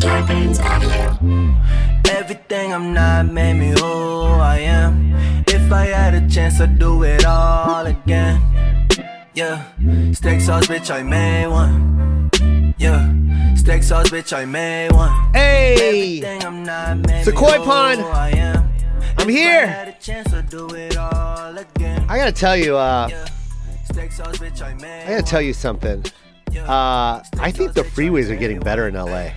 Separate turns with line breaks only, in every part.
Scorpions Audio.
Everything I'm not made me who I am. If I had a chance, I'd do it all again. Yeah, steak sauce, bitch, I made one. Yeah, steak sauce, bitch, I made one.
Hey,
Everything I'm not made
It's a
me
koi
who
pond.
I am.
I'm
If I
here.
had a chance, I'd do it all again.
I gotta tell you, uh,
Yeah, steak sauce, bitch, I made
I gotta tell you something. Uh, I think the freeways are getting better in LA.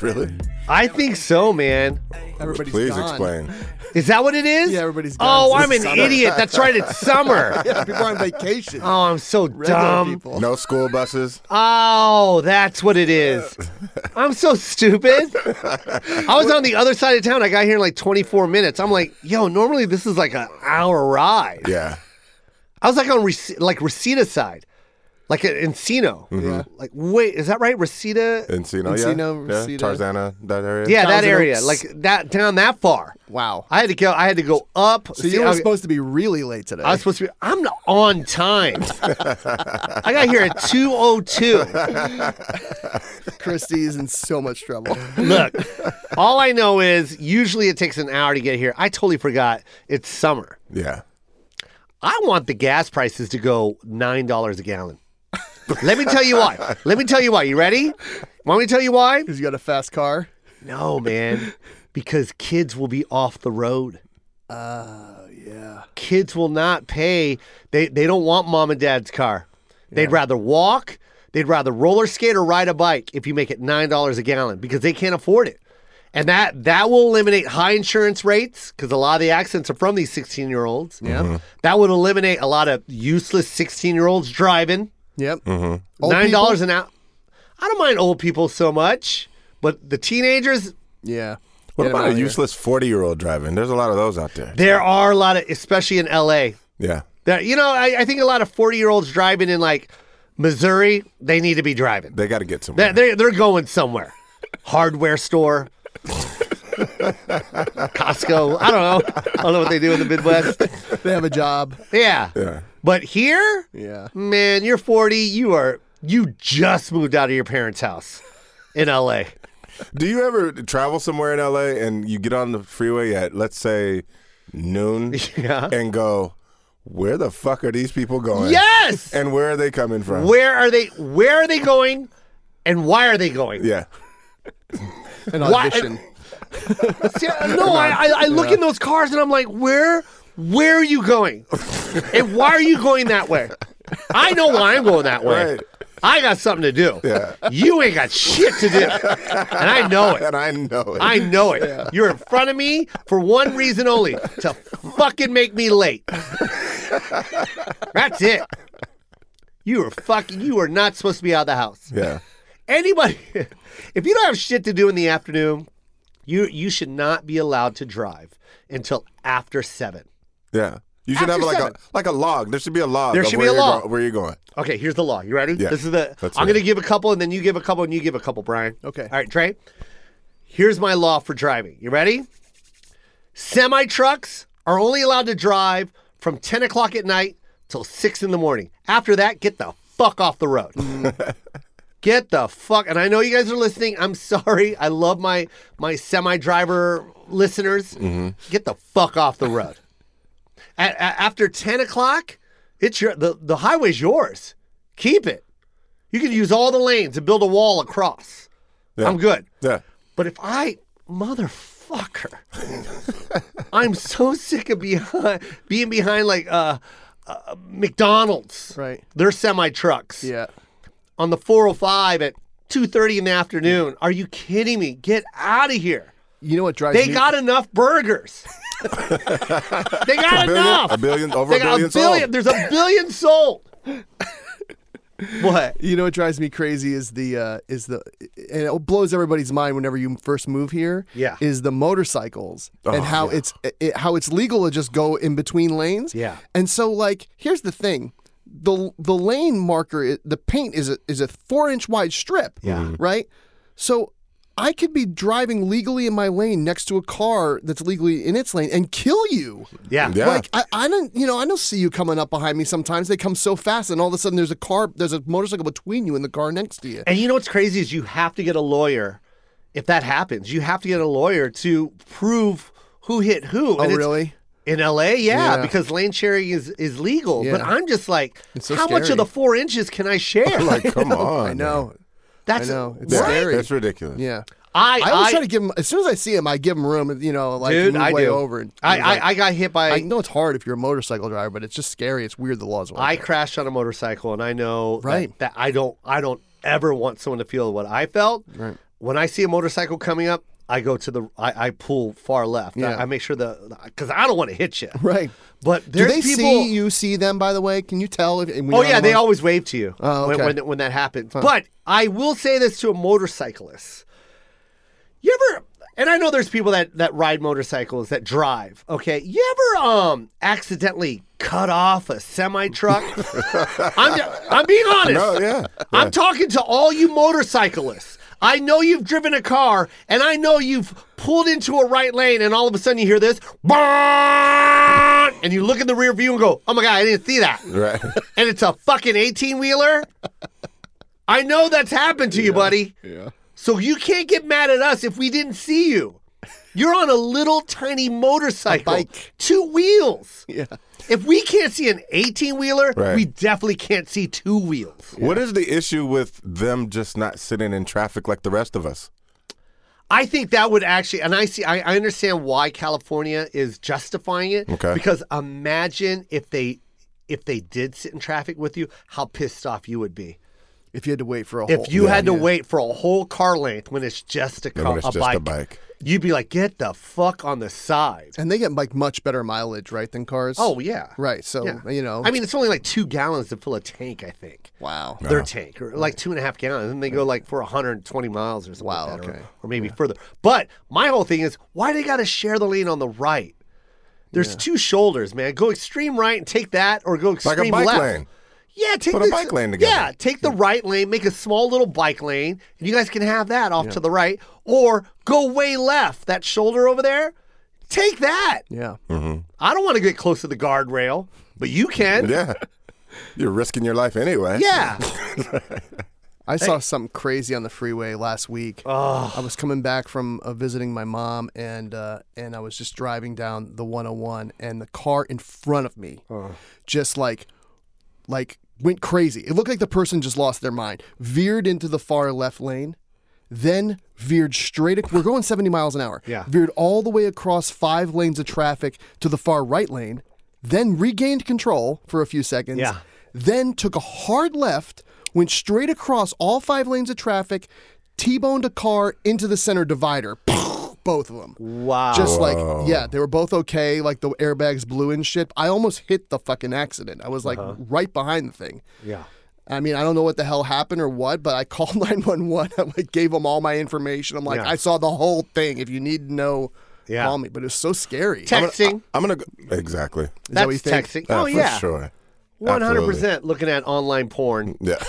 Really?
I think so, man.
Everybody's
Please
gone.
explain.
Is that what it is?
Yeah, everybody's
Oh,
gone. It's
I'm an
summer.
idiot. That's right. It's summer.
Yeah, people are on vacation.
Oh, I'm so
Regular
dumb.
people.
No school buses.
Oh, that's what it is. I'm so stupid. I was on the other side of town. I got here in like 24 minutes. I'm like, yo, normally this is like an hour ride.
Yeah.
I was like on Rece- like Reseda side, like at Encino.
Mm-hmm.
Like, wait, is that right? Reseda?
Encino,
Encino,
yeah. yeah.
Reseda.
Tarzana, that area.
Yeah, that
Thousand
area,
Oaks.
like that down that far.
Wow.
I had to go. I had to go up.
So you were supposed to be really late today.
I was supposed to be. I'm not on time. I got here at two o two.
Christie's in so much trouble.
Look, all I know is usually it takes an hour to get here. I totally forgot it's summer.
Yeah.
I want the gas prices to go nine dollars a gallon. Let me tell you why. Let me tell you why. You ready? Want me to tell you why?
Because you got a fast car.
No, man. Because kids will be off the road.
Uh, Yeah.
kids will not pay. They they don't want mom and dad's car. They'd rather walk. They'd rather roller skate or ride a bike if you make it nine dollars a gallon because they can't afford it. And that that will eliminate high insurance rates because a lot of the accidents are from these sixteen year olds. Yeah, that would eliminate a lot of useless sixteen year olds driving.
Yep. Old
Nine
people?
dollars an hour. I don't mind old people so much, but the teenagers.
Yeah.
What
Get 'em
about
out
a
of here.
useless 40 year old driving? There's a lot of those out there.
There are a lot of, especially in L.A.
Yeah.
That you know, I, I think a lot of forty year olds driving in like Missouri, they need to be driving.
They got to get somewhere.
They're they're, they're going somewhere, hardware store, Costco. I don't know. I don't know what they do in the Midwest.
They have a job.
Yeah.
Yeah.
But here,
Yeah.
man, you're forty. You are you just moved out of your parents' house in L.A.
Do you ever travel somewhere in LA and you get on the freeway at, let's say, noon
Yeah.
and go, where the fuck are these people going?
Yes.
And where are they coming from?
Where are they? Where are they going? And why are they going?
Yeah.
An
Why-
audition.
See, I- no, I, I, I look in those cars and I'm like, where, where are you going? and why are you going that way? I know why I'm going that way.
Right.
I got something to do.
Yeah.
You ain't got shit to do. and I know it.
And I know it.
I know it. You're in front of me for one reason only to fucking make me late. That's it. You are fucking, you are not supposed to be out of the house
yeah.
anybody if you don't have shit to do in the afternoon you you should not be allowed to drive until after seven
Yeah. You should
After
have like
seven.
a like a log. There should be a log.
There
of
should
where
be a
you're
log.
Go- where you going?
okay here's the law you ready
Yeah.
this is the
That's
i'm
it.
gonna give a couple and then you give a couple and you give a couple brian
Okay.
all right trey here's my law for driving you ready semi trucks are only allowed to drive from 10 o'clock at night till 6 in the morning after that get the fuck off the road get the fuck and i know you guys are listening i'm sorry i love my my semi driver listeners get the fuck off the road A a- after 10 o'clock it's your the, the highway's yours keep it you can use all the lanes and build a wall across
Yeah.
i'm good
Yeah.
but if i motherfucker i'm so sick of behind, being behind like uh, uh mcdonald's
Right.
their semi trucks
Yeah.
on the 405 at 2.30 in the afternoon. Are you kidding me? Get out of here.
You know what drives
They
me?
got enough burgers. they got
billion-
enough.
a billion- over
they
a
got
billion
a billion.
sold.
There's a billion sold. what?
You know what drives me crazy is the uh, is the and it blows everybody's mind whenever you first move here.
Yeah.
is the motorcycles
Oh,
and how
yeah.
it's it, how it's legal to just go in between lanes.
Yeah.
and so like here's the thing, the the lane marker i- the paint is a is a four inch wide strip. Yeah, right. So I could be driving legally in my lane next to a car that's legally in its lane and kill you.
Yeah.
Yeah.
Like I, I don't, you know, I don't see you coming up behind me. Sometimes they come so fast, and all of a sudden there's a car, there's a motorcycle between you and the car next to you.
And you know what's crazy is you have to get a lawyer if that happens, you have to get a lawyer to prove who hit who.
Oh,
And it's-
really?
In LA, yeah,
Yeah.
because lane sharing is, is legal. But
Yeah.
I'm just like,
It's so
how much
scary.
of the four inches can I share?
Like, come on.
I know.
That's
I know. It's
That-
scary.
That's ridiculous.
Yeah.
I,
I always
I-
try to give him as soon as I see him, I give him room. You know, like
dude,
move
I
way
do.
over. And
I, I,
like-
I got hit by
I know it's hard if you're a motorcycle driver, but it's just scary. It's weird the laws. are
I
Like that.
crashed on a motorcycle, and I know that-
Right.
that, I don't I don't ever want someone to feel what I felt.
Right.
When I see a motorcycle coming up, I go to the I, I pull far left. I-
Yeah.
I, make sure the because I don't want to hit you.
right.
But
Do
there's
they
people.
see you see them? By the way, can you tell? If, when
oh
you're on
yeah,
the
they
motor-
always wave to you
Oh, okay.
when, when when that happens. But I will say this to a motorcyclist: You ever? And I know there's people that that ride motorcycles that drive. Okay, you ever um accidentally cut off a semi truck? I'm I'm being honest.
No, yeah.
I'm talking to all you motorcyclists. I know you've driven a car, and I know you've pulled into a right lane, and all of a sudden you hear this, "Barn!" and you look in the rear view and go, "Oh my god, I didn't see that!"
Right.
And it's a fucking eighteen wheeler. I know that's happened to you, buddy.
Yeah.
So you can't get mad at us if we didn't see you. You're on a little tiny motorcycle,
bike.
two wheels.
Yeah.
If we can't see an eighteen wheeler,
Right.
we definitely can't see two wheels.
What is the issue with them just not sitting in traffic like the rest of us?
I think that would actually, and I see, I, I understand why California is justifying it.
Okay.
Because imagine if they, if they did sit in traffic with you, how pissed off you would be.
If you had to wait for a whole.
If you had to wait for a whole car length when it's just a
When
car,
it's
a,
just
bike,
a bike.
you'd be like, get the fuck on the side.
And they get like much better mileage, right, than cars.
Oh yeah.
Right. So
Yeah.
you know.
I mean, it's only like two gallons to fill a tank. I think.
wow.
Uh-huh.
their tank, or like two and a half gallons, and they go like for 120 miles or something.
Wow,
like that, or-
okay.
or, maybe further. But my whole thing is, why they got to share the lane on the right? There's two shoulders, man. Go extreme right and take that, or go
Like
extreme
a bike
left.
lane.
Yeah, take
Put a
the,
bike lane together.
Yeah, take the right lane, make a small little bike lane, and you guys can have that off to the right, or go way left. That shoulder over there, take that.
Yeah.
I don't want to get close to the guardrail, but you can.
Yeah. You're risking your life anyway.
yeah.
I saw something crazy on the freeway last week. I was coming back from uh, visiting my mom, and uh, and I was just driving down the 101, and the car in front of me just like like went crazy. It looked like the person just lost their mind, veered into the far left lane, then veered straight. ac- We're going 70 miles an hour.
Yeah.
veered all the way across five lanes of traffic to the far right lane, then regained control for a few seconds
Yeah.
then took a hard left, went straight across all five lanes of traffic, T-boned a car into the center divider. Both of them.
Wow.
Just like, yeah, they were both okay. Like the airbags blew and shit. I almost hit the fucking accident. I was like
Uh-huh.
right behind the thing.
yeah.
I mean, I don't know what the hell happened or what, but I called 911. I like gave them all my information. I'm like,
Yeah.
I saw the whole thing. If you need to know,
Yeah.
call me. But it was so scary.
Tech-
I'm
Texting.
gonna, I, am gonna go, exactly.
that what
That's
you think?
texting.
Uh,
oh
for
yeah.
sure.
One hundred
Absolutely.
percent looking at online porn
Yeah.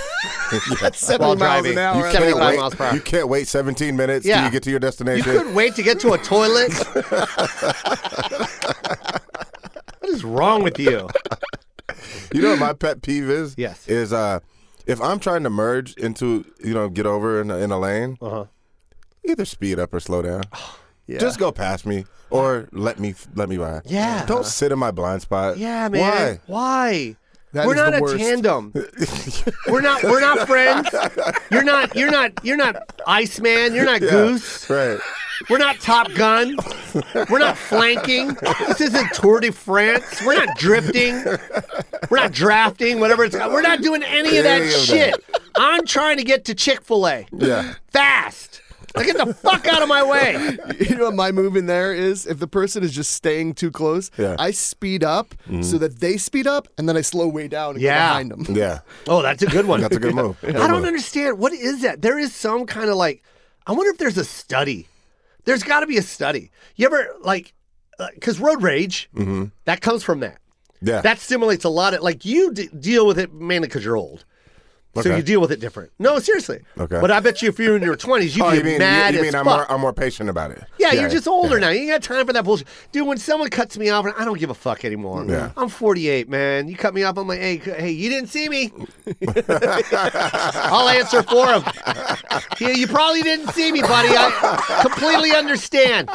That's 70
while
miles
driving.
an hour.
You can't
75
wait-
miles per hour.
You
You,
can't wait 17 minutes till
Yeah.
you get to your destination.
couldn't wait to get to a toilet. what is wrong with you?
You know what my pet peeve is?
Yes.
Is uh, if I'm trying to merge into, you know, get over in a, in a lane,
Uh-huh.
either speed up or slow down.
Yeah.
Just go past me or let me let me by.
Yeah.
Don't sit in my blind spot.
Yeah, man. Why?
That
we're
is
not
the
a
worst.
tandem. we're not. We're not friends. You're not. You're not. You're not Iceman. You're not
Yeah,
Goose.
Right.
We're not Top Gun. We're not flanking. This isn't Tour de France. We're not drifting. We're not drafting, whatever it's We're not doing any of that
Any of that.
shit. I'm trying to get to Chick fil A
Yeah.
fast. Now get the fuck out of my way.
you know what my move in there is if the person is just staying too close
Yeah.
i speed up so that they speed up and then i slow way down
Mm-hmm.
and
Yeah.
go behind them
Yeah.
Oh, that's a good one.
That's a good move. Good
I don't
move.
understand. What is that? There is some kind of like, I wonder if there's a study. There's got to be a study. You ever, like, because road rage,
Mm-hmm.
that comes from that.
Yeah.
that stimulates a lot of like you d- deal with it mainly because you're old So
Okay.
you deal with it different. No, seriously.
Okay.
But I bet you if you're in your 20s, you'd
Oh,
be
you mean,
mad
you, you
as
mean I'm
fuck.
more, I'm more patient about it?
Yeah, you're just older
yeah.
now. You ain't got time for that bullshit. Dude, when someone cuts me off, I don't give a fuck anymore.
Yeah.
I'm 48, man. You cut me off, I'm like, hey, c- hey, you didn't see me. I'll answer for him. Yeah, you probably didn't see me, buddy. I completely understand.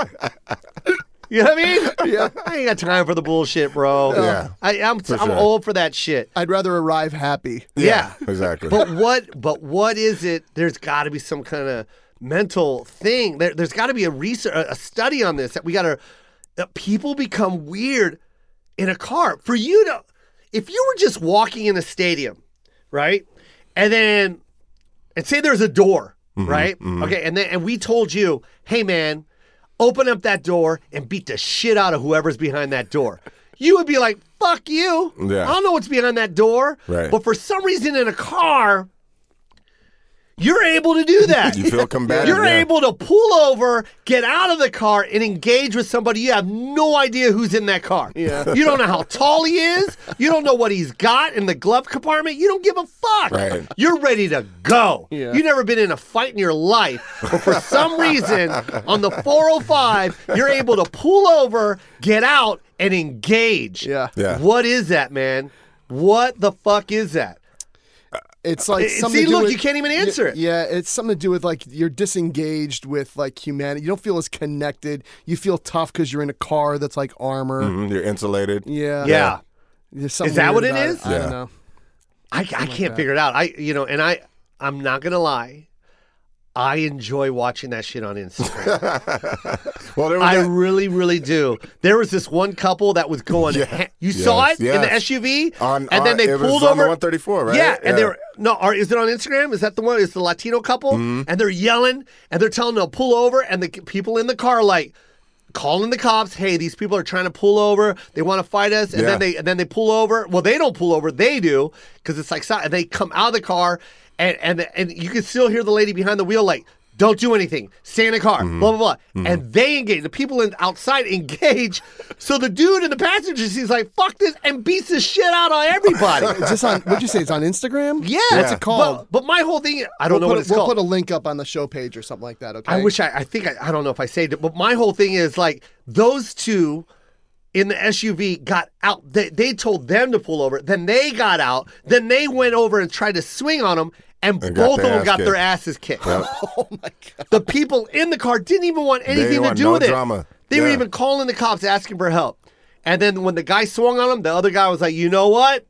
You know what I mean? Yeah. I ain't got time for the bullshit, bro.
Yeah,
I, I'm,
for
I'm
sure.
old for that shit.
I'd rather arrive happy.
Yeah.
Exactly.
But what? But what is it? There's got to be some kind of mental thing. There, there's got to be a research, a a study on this that we got to. That people become weird in a car. For you to, if you were just walking in a stadium, right, and then, and say there's a door, right, okay, and then and we told you, hey man, open up that door and beat the shit out of whoever's behind that door. You would be like, fuck you.
Yeah.
I don't know what's behind that door.
Right.
But for some reason in a car, you're able to do that.
you feel combative.
You're
yeah.
able to pull over, get out of the car, and engage with somebody. You have no idea who's in that car. Yeah. You don't know how tall he is. You don't know what he's got in the glove compartment. You don't give a fuck.
Right.
You're ready to go.
Yeah.
You've never been in a fight in your life, but for some reason, on the 405, you're able to pull over, get out, and engage.
Yeah.
Yeah.
What is that, man? What the fuck is that?
It's like
Uh, see,
something to do
look,
with-
you can't even
y-
answer it.
Yeah, it's something to do with like you're disengaged with like humanity. You don't feel as connected. You feel tough because you're in a car that's like armor.
Mhm, You're insulated.
Yeah.
Mm. yeah.
There's something
Is that
weird
what it
about
is?
I
Yeah.
don't know.
I, I can't figure it out. I you know, and I I'm not gonna lie, I enjoy watching that shit on Instagram.
Well, there was
I
that-
really, really do. There was this one couple that was going.
Yeah.
You saw
Yes,
it in the
yes.
SUV,
On-
and
on-
then they
it was
pulled
on the
over
134, right?
Yeah, and they
Yeah. Mm-hmm.
were no. Are, is it on Instagram? Is that the one? Is the Latino couple? And they're yelling, and they're telling them to pull over, and the people in the car like calling the cops. Hey, these people are trying to pull over. They want to fight us, and
Yeah.
then they and then they pull over. Well, they don't pull over. They do because it's like so- and they come out of the car, and and and you can still hear the lady behind the wheel like. Don't do anything. Stay in the car.
Mm-hmm.
Blah blah blah. And they engage. The people in outside engage. So the dude in the passenger seat's like, "Fuck this," and beats the shit out of everybody.
Is this on? What'd you say? It's on Instagram?
Yeah,
What's it called?
But, but my whole thing, I don't
we'll
know
put
what
a,
it's
we'll
called.
put a link up on the show page or something like that. Okay.
I wish I, I think I, I don't know if I saved it, but my whole thing is like those two in the SUV got out. They, they told them to pull over, then they got out, then they went over and tried to swing on them, and,
And got
both of
their
them
ass
got their
kicked.
asses kicked.
Oh my god.
The people in the car didn't even want
didn't
anything to
want
do
no
with it.
drama.
They were
Yeah.
even calling the cops asking for help. And then when the guy swung on him, the other guy was like, "You know what?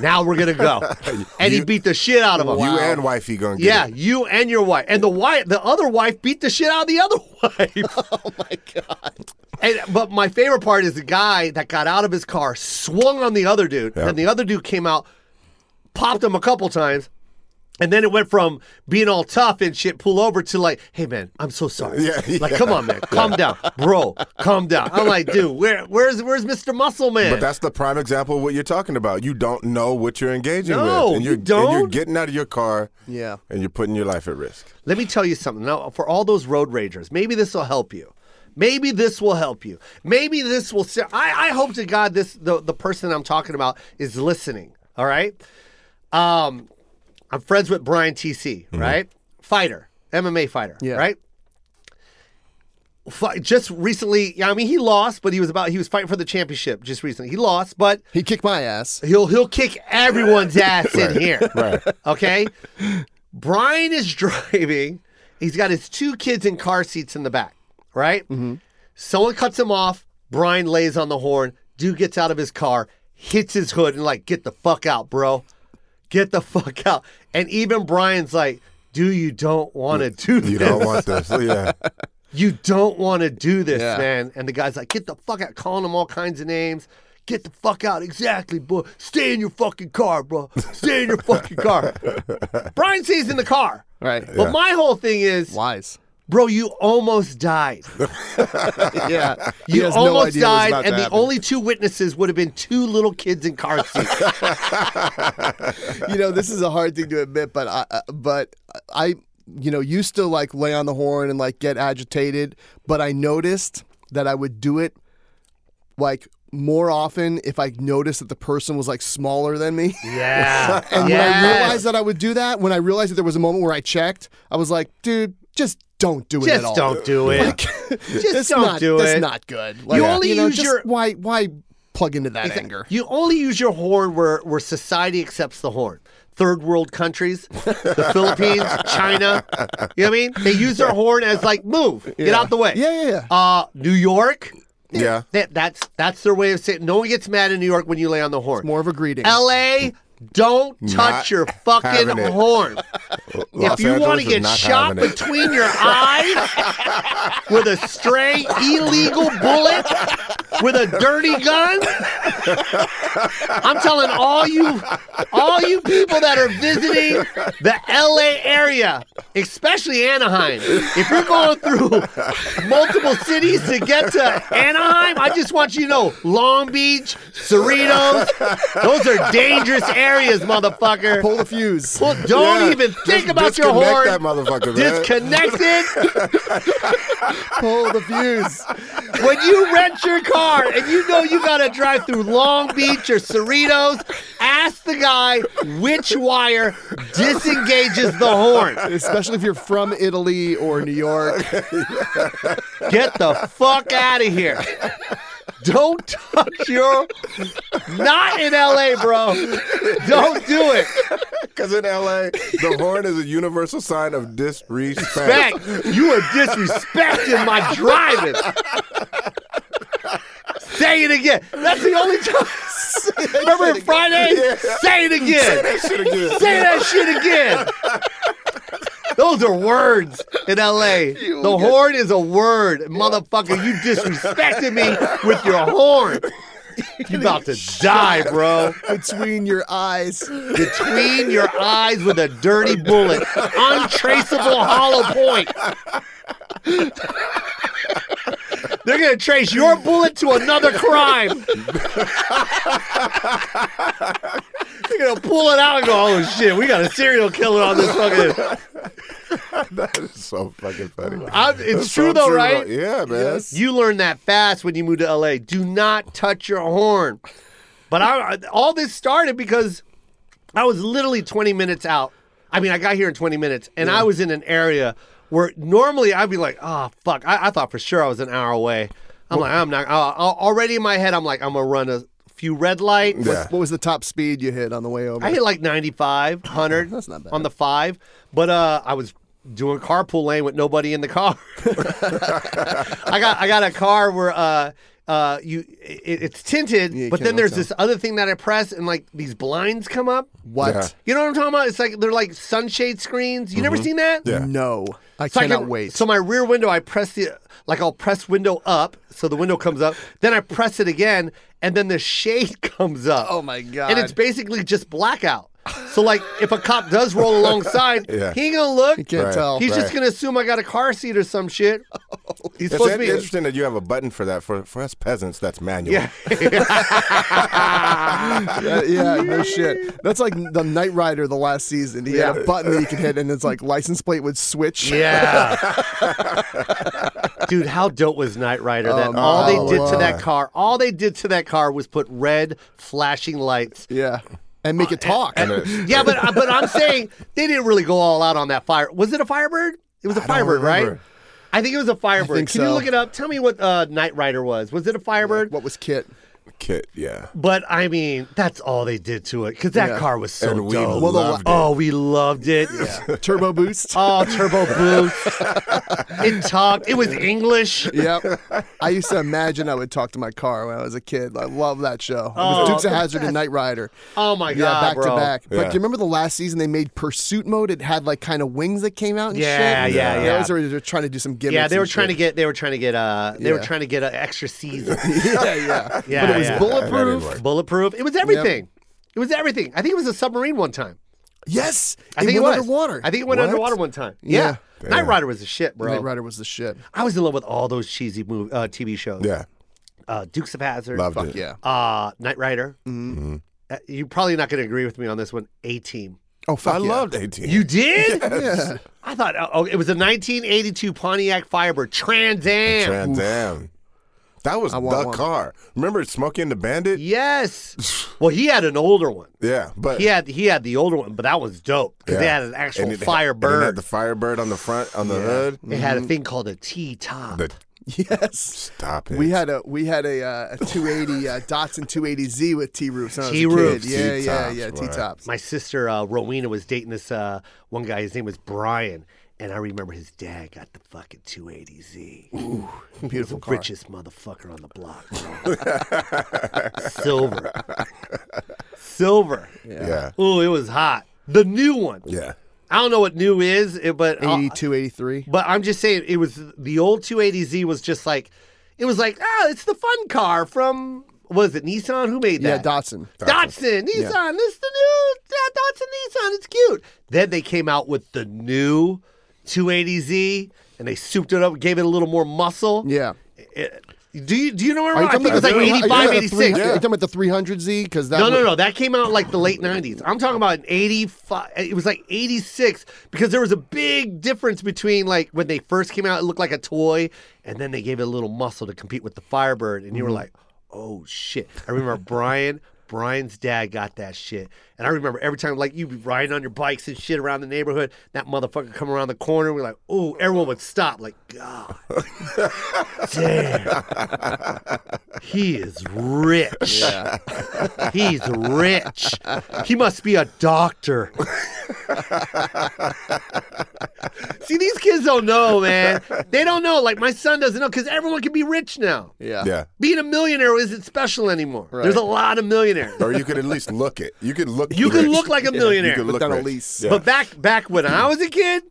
Now we're gonna go." and he
You-
beat the shit out of him.
You and wifey gonna get
Yeah,
it.
you and your wife, and the wife, the other wife beat the shit out of the other wife.
Oh my god.
and, but my favorite part is the guy that got out of his car, swung on the other dude,
Yeah.
and the other dude came out, popped him a couple times, and then it went from being all tough and shit, pull over to like, hey man, I'm so sorry.
Yeah, yeah.
Like, come on, man, calm down, bro, calm down. I'm like, dude, where, where's, where's Mr. Muscle Man?
But that's the prime example of what you're talking about. You don't know what you're engaging
No,
with. And
you
you're, And you're
don't.
getting out of your car
Yeah.
and you're putting your life at risk.
Let me tell you something. Now, for all those road ragers, maybe this will help you. Maybe this will help you. Maybe this will. sa- I, I hope to God this the, the person I'm talking about is listening. All right. Um, I'm friends with Brian TC. Right, fighter, MMA fighter.
Yeah.
Right. Fi- Just recently, yeah, I mean, he lost, but he was about he was fighting for the championship just recently. He lost, but
He kicked my ass.
He'll he'll kick everyone's ass in here.
right.
Okay. Brian is driving. He's got his two kids in car seats in the back. Right.
Mm-hmm.
Someone cuts him off. Brian lays on the horn. Dude gets out of his car, hits his hood, and like, get the fuck out, bro. Get the fuck out. And even Brian's like, dude, you don't want to do this.
You don't want this. Yeah.
You don't want to do this,
Yeah.
man. And the guy's like, get the fuck out, calling him all kinds of names. Get the fuck out, exactly, boy. Stay in your fucking car, bro. Stay in your fucking car. Brian stays in the car.
Right.
But my whole thing is,
Wise.
bro, you almost died.
Yeah. He
You
has no
almost
idea what's
died,
about to
and the
happen.
only two witnesses would have been two little kids in car seats.
you know, this is a hard thing to admit, but I, uh, but I, you know, used to like lay on the horn and like get agitated, but I noticed that I would do it like more often if I noticed that the person was like smaller than me.
Yeah.
And
Yes.
when I realized that I would do that, when I realized that there was a moment where I checked, I was like, dude, just don't do it at
Just
all.
don't do it. just
It's
don't
not,
do it.
That's not good. Like,
You only
know,
use
just
your-
why why plug into that anger.
You only use your horn where, where society accepts the horn. Third world countries, the Philippines, China. You know what I mean? They use their horn as like, move, get out the way.
Yeah, yeah, yeah.
Uh, New York,
Yeah.
that, that's that's their way of saying no one gets mad in New York when you lay on the horn.
More of a greeting.
L.A. Don't touch
Not
your fucking
having it.
horn. if you want to get shot
between
between your eyes with a stray illegal bullet with a dirty gun, I'm telling all you all you people that are visiting the LA area, especially Anaheim. If you're going through multiple cities to get to Anaheim, I just want you to know Long Beach, Cerritos, those are dangerous areas, motherfucker.
Pull the fuse.
Well, don't
Yeah,
even think
dis-
about your
disconnect
horn.
that motherfucker, man.
Disconnected.
Pull the fuse.
when you rent your car and you know you got to drive through Long Beach or Cerritos, ask the guy which wire disengages the horn.
Especially if you're from Italy or New York.
Get the fuck out of here. Don't touch your. Not in LA, bro. Don't do it.
Because in LA, the horn is a universal sign of disrespect.
Back. You are disrespecting my driving. Say it again. That's the only time. Remember Friday? Say it again.
Shit again.
Say that shit again. Those are words in LA. The horn is a word. Motherfucker, you disrespected me with your horn. You about to die, bro.
Between your eyes.
Between your eyes with a dirty bullet. Untraceable hollow point. They're gonna trace your bullet to another crime. They're gonna pull it out and go, oh shit, we got a serial killer on this fucking.
It's so fucking funny.
I'm, it's true
so
though, right?
Yeah, man.
You learn that fast when you move to LA. Do not touch your horn. But I, all this started because I was literally 20 minutes out. I mean, I got here in 20 minutes, and I was in an area where normally I'd be like, "Oh fuck!" I, I thought for sure I was an hour away. I'm like, I'm not. I'll, I'll- already in my head, I'm like, I'm gonna run a few red lights.
Yeah.
What was the top speed you hit on the way over?
I hit like 95, 100
Oh, That's not bad.
on the five, but uh, I was doing carpool lane with nobody in the car. I got I got a car where uh, uh, you it, it's tinted,
you
but then
can't really
there's
tell.
this other thing that I press and like these blinds come up.
what?
Yeah.
You know what I'm talking about? It's like they're like sunshade screens. You never
Mm-hmm.
seen that?
Yeah.
No. I
So I
cannot
can-
wait.
So my rear window, I press the like I'll press window up, so the window comes up. Then I press it again, and then the shade comes up.
Oh, my God.
And it's basically just blackout. So like, if a cop does roll alongside,
Yeah.
he ain't gonna look.
you can't
Right.
tell. Oh,
He's just
Right.
gonna assume I got a car seat or some shit. He's
It's
supposed to
in-
be.
interesting that you have a button for that. For for us peasants, that's manual.
Yeah.
Uh, yeah, no shit. That's like the Knight Rider the last season. He had
Yeah.
a button that you could hit, and it's like license plate would switch.
Yeah. Dude, how dope was Knight Rider that
Oh,
all they
my
did to
Lord.
that car, all they did to that car was put red flashing lights
Yeah. Uh, And make it talk.
Yeah, but uh, but I'm saying they didn't really go all out on that fire. Was it a Firebird? It was a Firebird, right?
remember.
I think it was a Firebird.
think
Can you
so.
look it up? Tell me what uh, Knight Rider was. Was it a Firebird?
what was Kit?
Kit, yeah.
But I mean, that's all they did to it because that
Yeah.
car was so
And we
dope.
Well, the la-
loved it.
oh, we loved it.
Turbo boost.
Oh, turbo boost. it talked. It was English.
Yep. I used to imagine I would talk to my car when I was a kid. I love that show. It was
Oh,
Dukes of Hazard and Knight Rider.
Oh my
yeah,
god,
back
bro.
to back. But
Yeah.
do you remember the last season they made Pursuit Mode? It had like kind of wings that came out and
Yeah,
shit.
yeah, yeah.
That was where they were trying to do some gimmicks.
Yeah, they
and
were trying to
shit.
get. They were trying to get. Uh, they were
Yeah.
trying to get an extra season.
yeah, yeah,
Yeah,
But it was
yeah.
That didn't
bulletproof.
work.
Bulletproof. It was everything. It was everything. I think it was a submarine one time.
Yes,
I think
it
it
went
was
underwater.
I think it went
What?
underwater one time. Yeah,
Yeah.
Night Rider was the shit, bro.
Knight Rider was the shit.
I was in love with all those cheesy movie, uh, TV shows.
Yeah.
uh, Dukes of Hazard.
Loved it.
Yeah.
Uh, Night Rider. Mm-hmm. Uh, you're probably not going to agree with me on this one. A Team.
Oh fuck
I
yeah.
loved 18.
You did?
Yeah.
I uh, thought oh, it was a 1982 Pontiac Firebird Trans Am.
Trans Am. That was the
want one.
car. Remember Smokey and the Bandit?
Yes. well, he had an older one.
Yeah, but
He had he had the older one, but that was dope because
Yeah.
had an actual
And it- and it had
Firebird.
the Firebird on the front on the hood.
It had a thing called a T top.
The,
Yes.
stop it.
We had a we had a, uh, a 280 uh, Datsun 280Z with T roofs.
T-roofs.
yeah, yeah,
T-tops,
yeah,
boy.
T tops.
My sister uh, Rowena was dating this uh, one guy. His name was Brian, and I remember his dad got the fucking 280Z. Ooh, beautiful
car.
richest motherfucker on the block. bro. silver, silver.
yeah.
Ooh, it was hot. The new one.
Yeah.
I don't know what new is, it- but I'll-
82, 83.
But I'm just saying, it was the old 280Z was just like, it was like, ah, it's the fun car from was it Nissan? Who made
Yeah,
that?
Datsun.
Datsun, Nissan. This is the new Da- Datsun Nissan. It's cute. Then they came out with the new 280Z, and they souped it up, gave it a little more muscle.
Yeah.
It- do you do you know where I
talking
think it was
about
like
the- are you talking
85,
about the 300
86?
Are you talking about the 300Z? Because that
No, no,
was-
no. That came out like the late 90s. I'm talking about an 85. It was like 86 because there was a big difference between like when they first came out, it looked like a toy, and then they gave it a little muscle to compete with the Firebird. And you were like, oh shit. I remember Brian. Brian's dad got that shit. And I remember every time, like, you'd be riding on your bikes and shit around the neighborhood, that motherfucker come around the corner, we're like, oh, everyone would stop, like, God, damn. He is rich. He's rich. He must be a doctor. See, these kids don't know, man. They don't know. Like, my son doesn't know because everyone can be rich now.
Yeah.
Yeah.
Being a millionaire isn't special anymore. There's a lot of millionaires.
Or you could at least look it. You could look
You
rich.
can look like a millionaire.
You could look
Without a
rich.
lease.
Yeah.
But back back when I was a kid,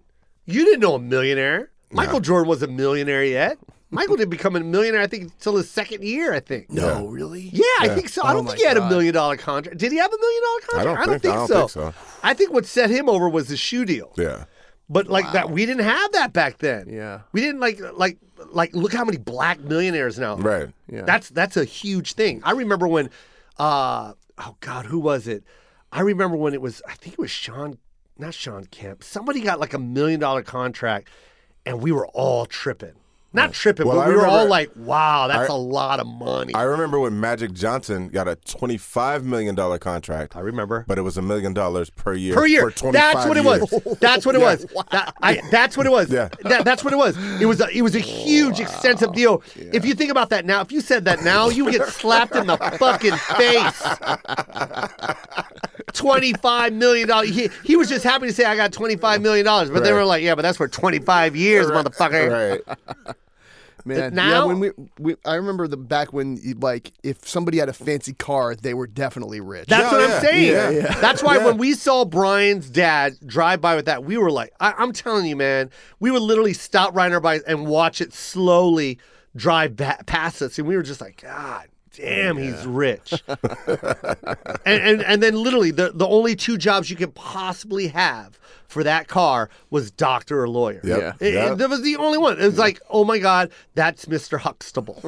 you didn't know a millionaire. Michael Jordan wasn't a millionaire yet. Michael didn't become a millionaire, I think, until his second year, I think.
No, really?
Yeah, I think so. I don't
Oh my
think he had a
God.
million dollar contract. Did he have a million dollar
I
contract?
don't think- I don't think so.
I think what set him over was the shoe deal.
yeah.
But like that, we didn't have that back then.
Yeah.
we didn't like like like look how many black millionaires now.
Right.
Yeah.
That's that's a huge thing. I remember when, uh, oh God, who was it? I remember when it was. I think it was Sean, not Sean Kemp. Somebody got like a million dollar contract, and we were all tripping. Not tripping,
Well,
but
I
we were all
remember-
like, "Wow, that's
I-
a lot of money."
I remember when Magic Johnson got a twenty-five million dollar contract.
I remember.
but it was a million dollars per year.
per year.
For 25
That's what it
years.
was. That's what it was. That- I- that's what it was.
Yeah.
That- that's what it was. It was a, it was a huge, extensive deal. If you think about that now, if you said that now, you would get slapped in the fucking face. Twenty-five million dollars. He, he was just happy to say I got twenty-five million dollars, but they
Right.
were like, "Yeah, but that's for twenty-five years, motherfucker."
Right.
Man, yeah,
now-
when we, we I remember the back when like if somebody had a fancy car, they were definitely rich.
That's
Yeah,
what
yeah.
I'm saying.
Yeah, yeah.
That's why
Yeah.
when we saw Brian's dad drive by with that, we were like, I- I'm telling you, man, we would literally stop riding our bikes and watch it slowly drive ba- past us. And we were just like, God damn, he's rich. and, and, and then literally, the, the only two jobs you could possibly have for that car was doctor or lawyer.
Yep.
It- it-
Yeah.
that was the only one. It was like, oh my God, that's Mr. Huxtable.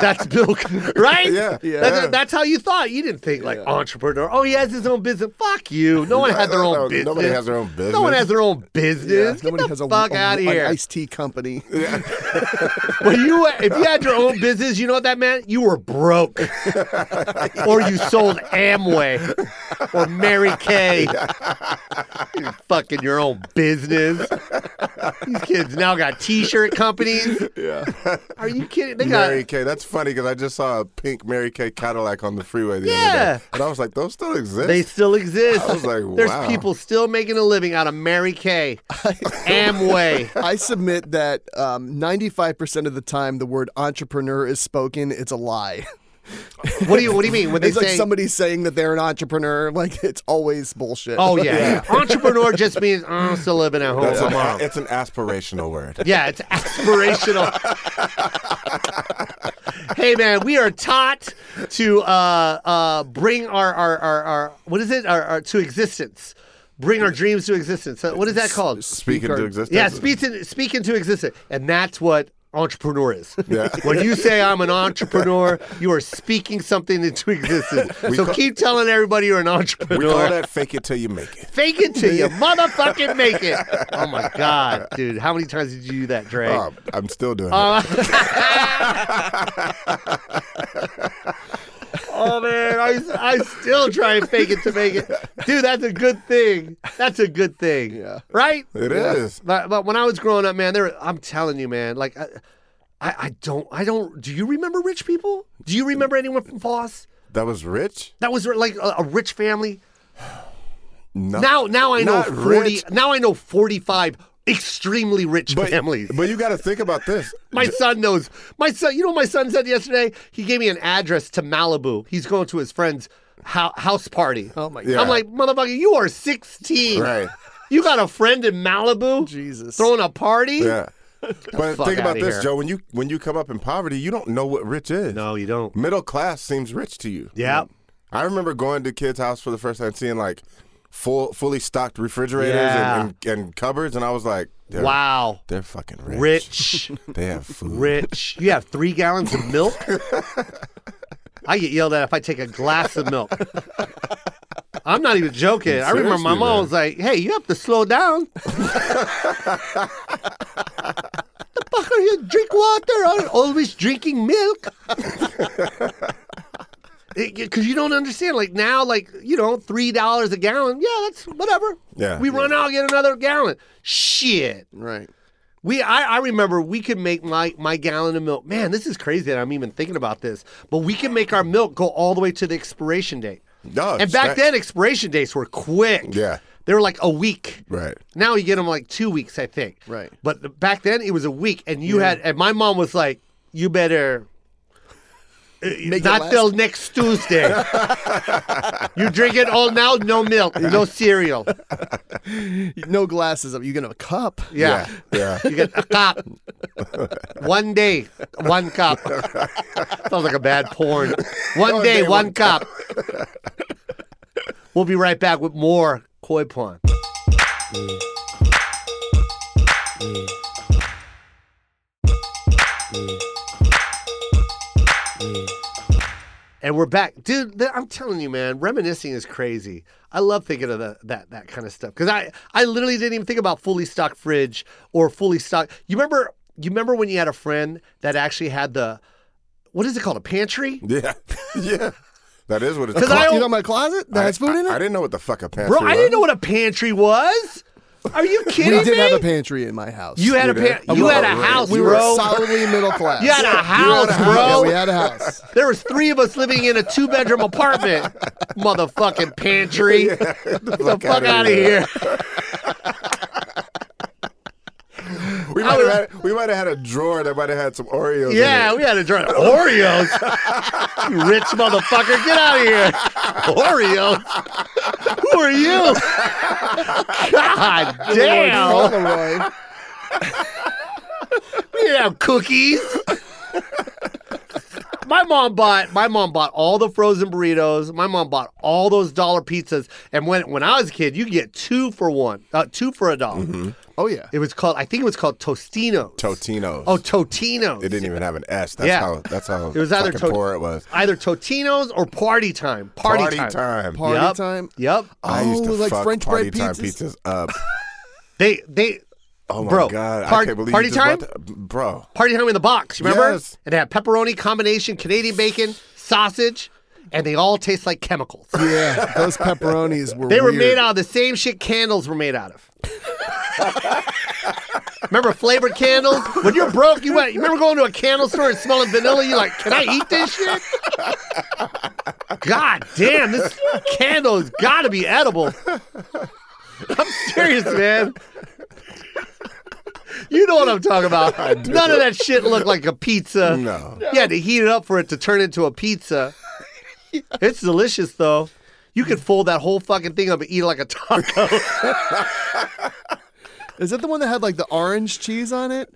that's Bill, C- right?
Yeah, yeah.
That's, that's how you thought. You didn't think like entrepreneur. Oh, he has his own business. Fuck you. No one had their own
No,
business.
nobody has their own
No one
business.
has their own
Yeah,
business. Get
nobody
the
has a
fuck
a-
out of
an
here.
iced tea company.
Well, you if you had your own business, you know what that meant? You were broke, or you sold Amway or Mary Kay. You're fucking your own business. These kids now got T-shirt companies. Yeah. Are you kidding? They got.
Mary Kay. That's funny because I just saw a pink Mary Kay Cadillac on the freeway the
Yeah.
other day, and I was like, those still exist.
They still exist.
I was like,
There's
wow.
people still making a living out of Mary Kay, Amway.
I submit that um, 95% of the time the word entrepreneur is spoken, it's a lie.
What do you What do you mean when they
It's like
say?
somebody saying that they're an entrepreneur. Like, it's always bullshit.
oh yeah, entrepreneur just means "Oh, I'm still living at home.
That's
with
an-
mom."
it's an aspirational word.
Yeah, it's aspirational. hey man, we are taught to uh, uh, bring our, our, our, our what is it? Our, our to existence. Bring our dreams to existence. Uh, What is that called?
Speaking to existence.
Yeah, speak, in, speak into existence. And that's what entrepreneur is.
Yeah.
when you say I'm an entrepreneur, you are speaking something into existence. so
call-
keep telling everybody you're an
We call
entrepreneur.
that fake it till you make it.
Fake it till you motherfucking make it. Oh my god, dude! How many times did you do that, Dre?
Oh, I'm still doing
Uh, Oh man, I, I still try and fake it to make it. Dude, that's a good thing. That's a good thing. Yeah. Right?
it. It is.
But, but when I was growing up, man, there I'm telling you, man, like I, I, I don't I don't do you remember rich people? Do you remember anyone from Foss?
That was rich.
That was like a, a rich family.
No.
Now now I know
Uh, Not
40
rich.
now I know 45 extremely rich
but,
families.
But you got to think about this.
My son knows. My son, you know what my son said yesterday? He gave me an address to Malibu. He's going to his friend's hou- house party. Oh my
Yeah.
I'm like, motherfucker, you are 16.
Right.
You got a friend in Malibu?
Jesus.
Throwing a party?
Yeah. But
fuck
think about
outta
this,
here.
Joe. When you when you come up in poverty, you don't know what rich is.
No, you don't.
Middle class seems rich to you.
Yeah.
I remember going to kids' house for the first time, seeing like full, fully stocked refrigerators
Yeah.
and, and, and cupboards, and I was like, they're,
Wow.
they're fucking rich.
Rich.
They have food.
Rich. You have three gallons of milk? I get yelled at if I take a glass of milk. I'm not even joking. I remember my mom
Seriously, man.
was like, hey, you have to slow down. the fuck are you? Drink water. I'm always drinking milk. Because you don't understand. Like now, like, you know, $3 a gallon. Yeah, that's whatever.
Yeah,
We
yeah.
run out, get another gallon. Shit.
Right.
We, I, I remember we could make my, my gallon of milk. Man, this is crazy that I'm even thinking about this. But we can make our milk go all the way to the expiration date.
No,
and back
that-
then, expiration dates were quick.
Yeah.
They were like a week.
Right.
Now you get them like two weeks, I think.
Right.
But the- back then, it was a week. And you had, and my mom was like, you better.
it
Not
last.
till next Tuesday. you drink it all now, no milk, no cereal.
No glasses. You get a cup.
Yeah.
Yeah.
You get a cop. One day, one cop. Sounds like a bad porn. One day,
day,
one
one
cop. we'll be right back with more Koi Pond. And we're back, dude. th- I'm telling you, man, reminiscing is crazy. I love thinking of the, that that kind of stuff because I I literally didn't even think about fully stocked fridge or fully stocked. You remember you remember when you had a friend that actually had the what is it called a pantry?
Yeah. yeah. That is what it's
'Cause I
You
don't-
know my closet that has food in it.
I, didn't know what the fuck a pantry
Bro, I didn't know
was.
what a pantry was. Are you kidding
we
me?
did have a pantry in my house.
you had a
You did?
pan- you
Oh,
had a
right.
house,
we were
bro.
solidly middle class.
you had a house,
Yeah,
bro.
we had a house.
There was three of us living in a two bedroom apartment. Motherfucking pantry. Get the fuck,
outta
out of here.
here. we, might
was-
have had, we might have had a drawer that might have had some Oreos. in
Yeah,
it.
we had a drink. Oreos. you rich motherfucker. Get out of here. Oreos. Who are you? God damn.
Fauntleroy.
We didn't have cookies. My mom bought my mom bought all the frozen burritos. My mom bought all those dollar pizzas. And when when I was a kid, you could get two for one, uh, two for a dollar.
Mm-hmm.
Oh yeah.
It was called I think it was called Tostinos.
Totinos.
oh, Totinos.
It didn't even have an S. That's
Yeah.
how. That's how.
It was either
fucking
Tot-
poor it was.
Either Totinos or Party Time. Party,
Party
time.
time.
Party
Yep.
time.
Yep.
I used to
Oh, like
fuck
French
party
bread
time
pizzas?
pizzas up.
They they
Oh my
Bro,
god!
par-
I can't believe
party
you just brought
time?
that- bro.
Party Time in the box. you Remember?
Yes.
And they had pepperoni combination, Canadian bacon, sausage, and they all taste like chemicals.
Yeah, those pepperonis were.
They were
weird.
made out of the same shit candles were made out of. remember flavored candles? When you're broke, you went. You remember going to a candle store and smelling vanilla? You're like, can I eat this shit? God damn, this candle has got to be edible. I'm serious, man. You know what I'm talking about. None of that shit looked like a pizza.
No.
You had to heat it up for it to turn into a pizza. It's delicious though. You could fold that whole fucking thing up and eat it like a taco.
Is that the one that had like the orange cheese on it?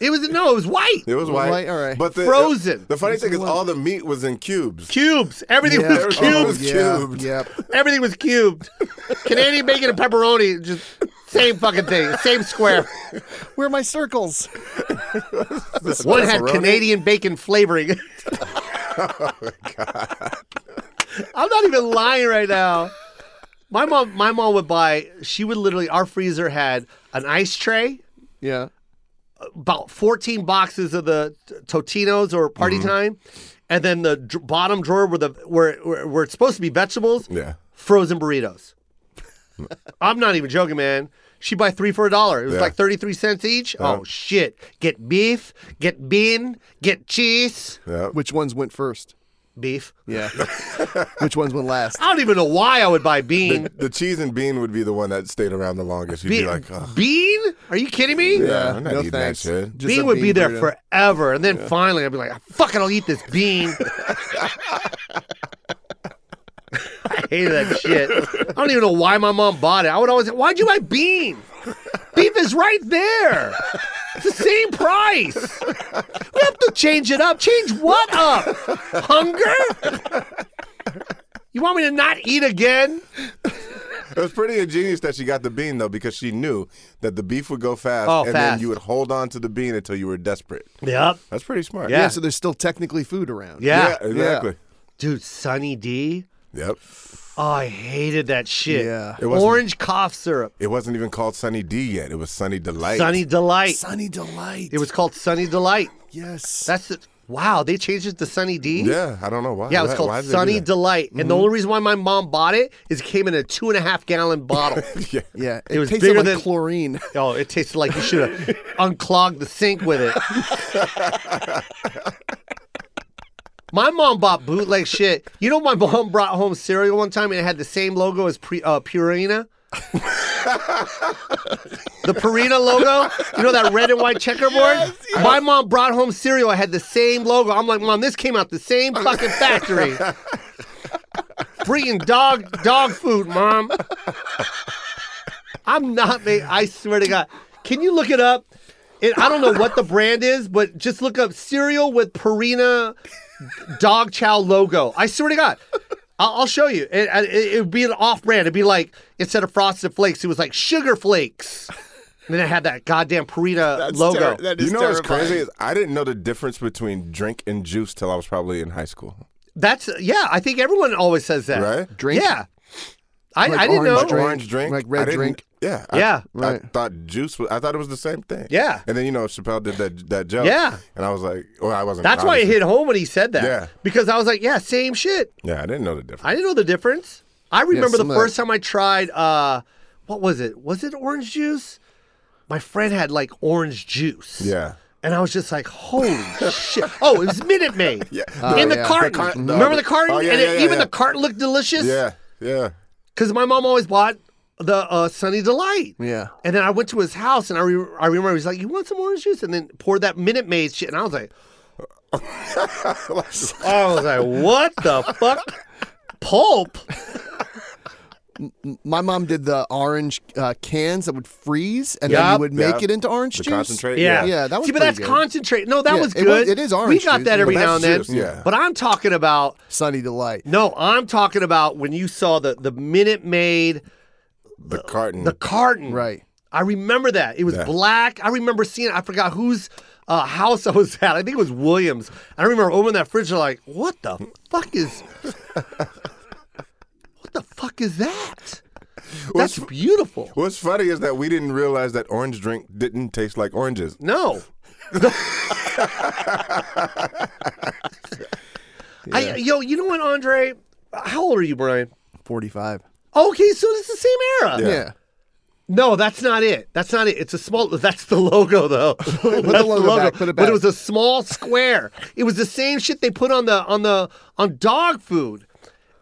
it was no, it was white.
It was white.
White, all right.
But the,
Frozen.
The funny thing is, all the meat was in cubes.
Cubes. Everything
Yeah.
was
Oh,
cubed.
It's
yeah.
cubed.
Yep.
Everything was cubed. Canadian bacon and pepperoni just Same fucking thing. Same square.
Where are my circles?
One had Canadian bacon flavoring. oh my god! I'm not even lying right now. My mom, my mom would buy. She would literally. Our freezer had an ice tray,
Yeah.
about 14 boxes of the t- Totinos or Party
Mm-hmm.
Time, and then the dr- bottom drawer where the where, where where it's supposed to be vegetables,
Yeah.
frozen burritos. I'm not even joking, man. She buy three for a dollar. It was
Yeah.
like 33 cents each. Oh shit! Get beef, get bean, get cheese,
Yeah.
Which ones went first?
beef.
Yeah. Which ones went last?
I don't even know why I would buy bean.
The cheese and bean would be the one that stayed around the longest. You'd be
Be-
like, oh,
bean? Are you kidding me?
yeah, I'm not
no
eating
thanks.
that shit.
Just
bean
a
would be there
burrito.
forever, and then finally I'd be like, "Fuck it, I'll eat this bean." I hate that shit. I don't even know why my mom bought it. I would always say, "Why'd you buy bean? Beef is right there. It's the same price. We have to change it up. Change what up? Hunger? You want me to not eat again?
It was pretty ingenious that she got the bean though, because she knew that the beef would go fast,
Oh,
and
fast.
then you would hold on to the bean until you were desperate.
Yep.
That's pretty smart.
Yeah.
Yeah.
So there's still technically food around.
Yeah.
Yeah, exactly.
Dude, Sunny D.
Yep.
Oh, I hated that shit.
Yeah.
It wasn't-
Orange cough syrup.
It wasn't even called Sunny D yet. It was Sunny Delight.
Sunny Delight.
Sunny delight.
It was called Sunny Delight.
yes.
That's the, wow. They changed it to Sunny D.
Yeah, I don't know why.
Yeah, it was
why- why
called
did they do
Sunny
that? Mm-hmm.
Delight, and the only reason why my mom bought it is it came in a two and a half gallon bottle.
Yeah.
yeah. It,
It was
tasted
bigger
like
than-
chlorine.
oh, it tasted like you should have unclogged the sink with it. my mom bought bootleg shit. You know, my mom brought home cereal one time, and it had the same logo as pre, uh, Purina. the Purina logo, you know that red and white checkerboard. My mom brought home cereal. I had the same logo. I'm like, mom, this came out the same fucking factory. Freaking dog dog food, mom. I'm not making. I swear to God. Can you look it up? It, I don't know what the brand is, but just look up cereal with Purina dog chow logo. I swear to God. I'll, I'll show you. It, it, it would be an off brand. It'd be like, instead of Frosted Flakes, it was like Sugar Flakes. And then it had that goddamn Purina logo.
that
You know what's crazy is I didn't know the difference between drink and juice till I was probably in high school.
That's, yeah, I think everyone always says that.
Right?
Drink?
Yeah. I,
Like
I didn't
orange
know.
Like
drink,
orange drink,
like red
I didn't-
drink.
Yeah,
Yeah.
I, I
Right.
thought juice. Was, I thought it was the same thing.
Yeah.
and then you know Chappelle did that that joke.
Yeah.
and I was like, well, I wasn't.
That's why it
obviously-
hit home when he said that.
Yeah.
Because I was like, yeah, same shit.
Yeah, I didn't know the difference.
I didn't know the difference. I remember
some
the
of that-
first time I tried uh what was it? Was it orange juice? My friend had like orange juice.
yeah,
And I was just like, holy shit. Oh, it was Minute Maid.
Yeah.
In the
yeah.
carton.
The carton, the-
Remember the carton?
Oh, yeah,
and
yeah,
it,
yeah,
even
yeah.
the carton looked delicious.
yeah, yeah.
Because my mom always bought the uh, Sunny Delight.
Yeah.
And then I went to his house and I, re- I remember he was like, you want some orange juice? And then poured that Minute Maid shit. And I was like, I was like, what the fuck? Pulp?
My mom did the orange uh, cans that would freeze, and then you
Yup.
would make
Yeah.
it into orange
The
juice.
concentrate.
Yeah,
Yeah, that was
See, but
pretty
that's
good.
concentrate. No, that
Yeah,
was
it
good.
was- it is orange
We got
juice,
that every
but
now and
that's
then.
juice, yeah.
But I'm talking about
Sunny delight.
no, I'm talking about when you saw the the Minute Maid,
The carton.
the carton.
Mm. Right.
I remember that. It was black. I remember seeing. it. I forgot whose uh, house I was at. I think it was Williams. I remember opening that fridge. and Like, what the fuck is? what the fuck is that? That's beautiful.
What's funny is that we didn't realize that orange drink didn't taste like oranges.
No. I, yo, you know what, Andre? How old are you, Brian?
Forty-five.
Okay, so it's the same era.
Yeah.
No, that's not it. That's not it. It's a small. That's the logo, though. Put
the logo back, put it
But
back.
it was a small square. it was the same shit they put on the on the on dog food.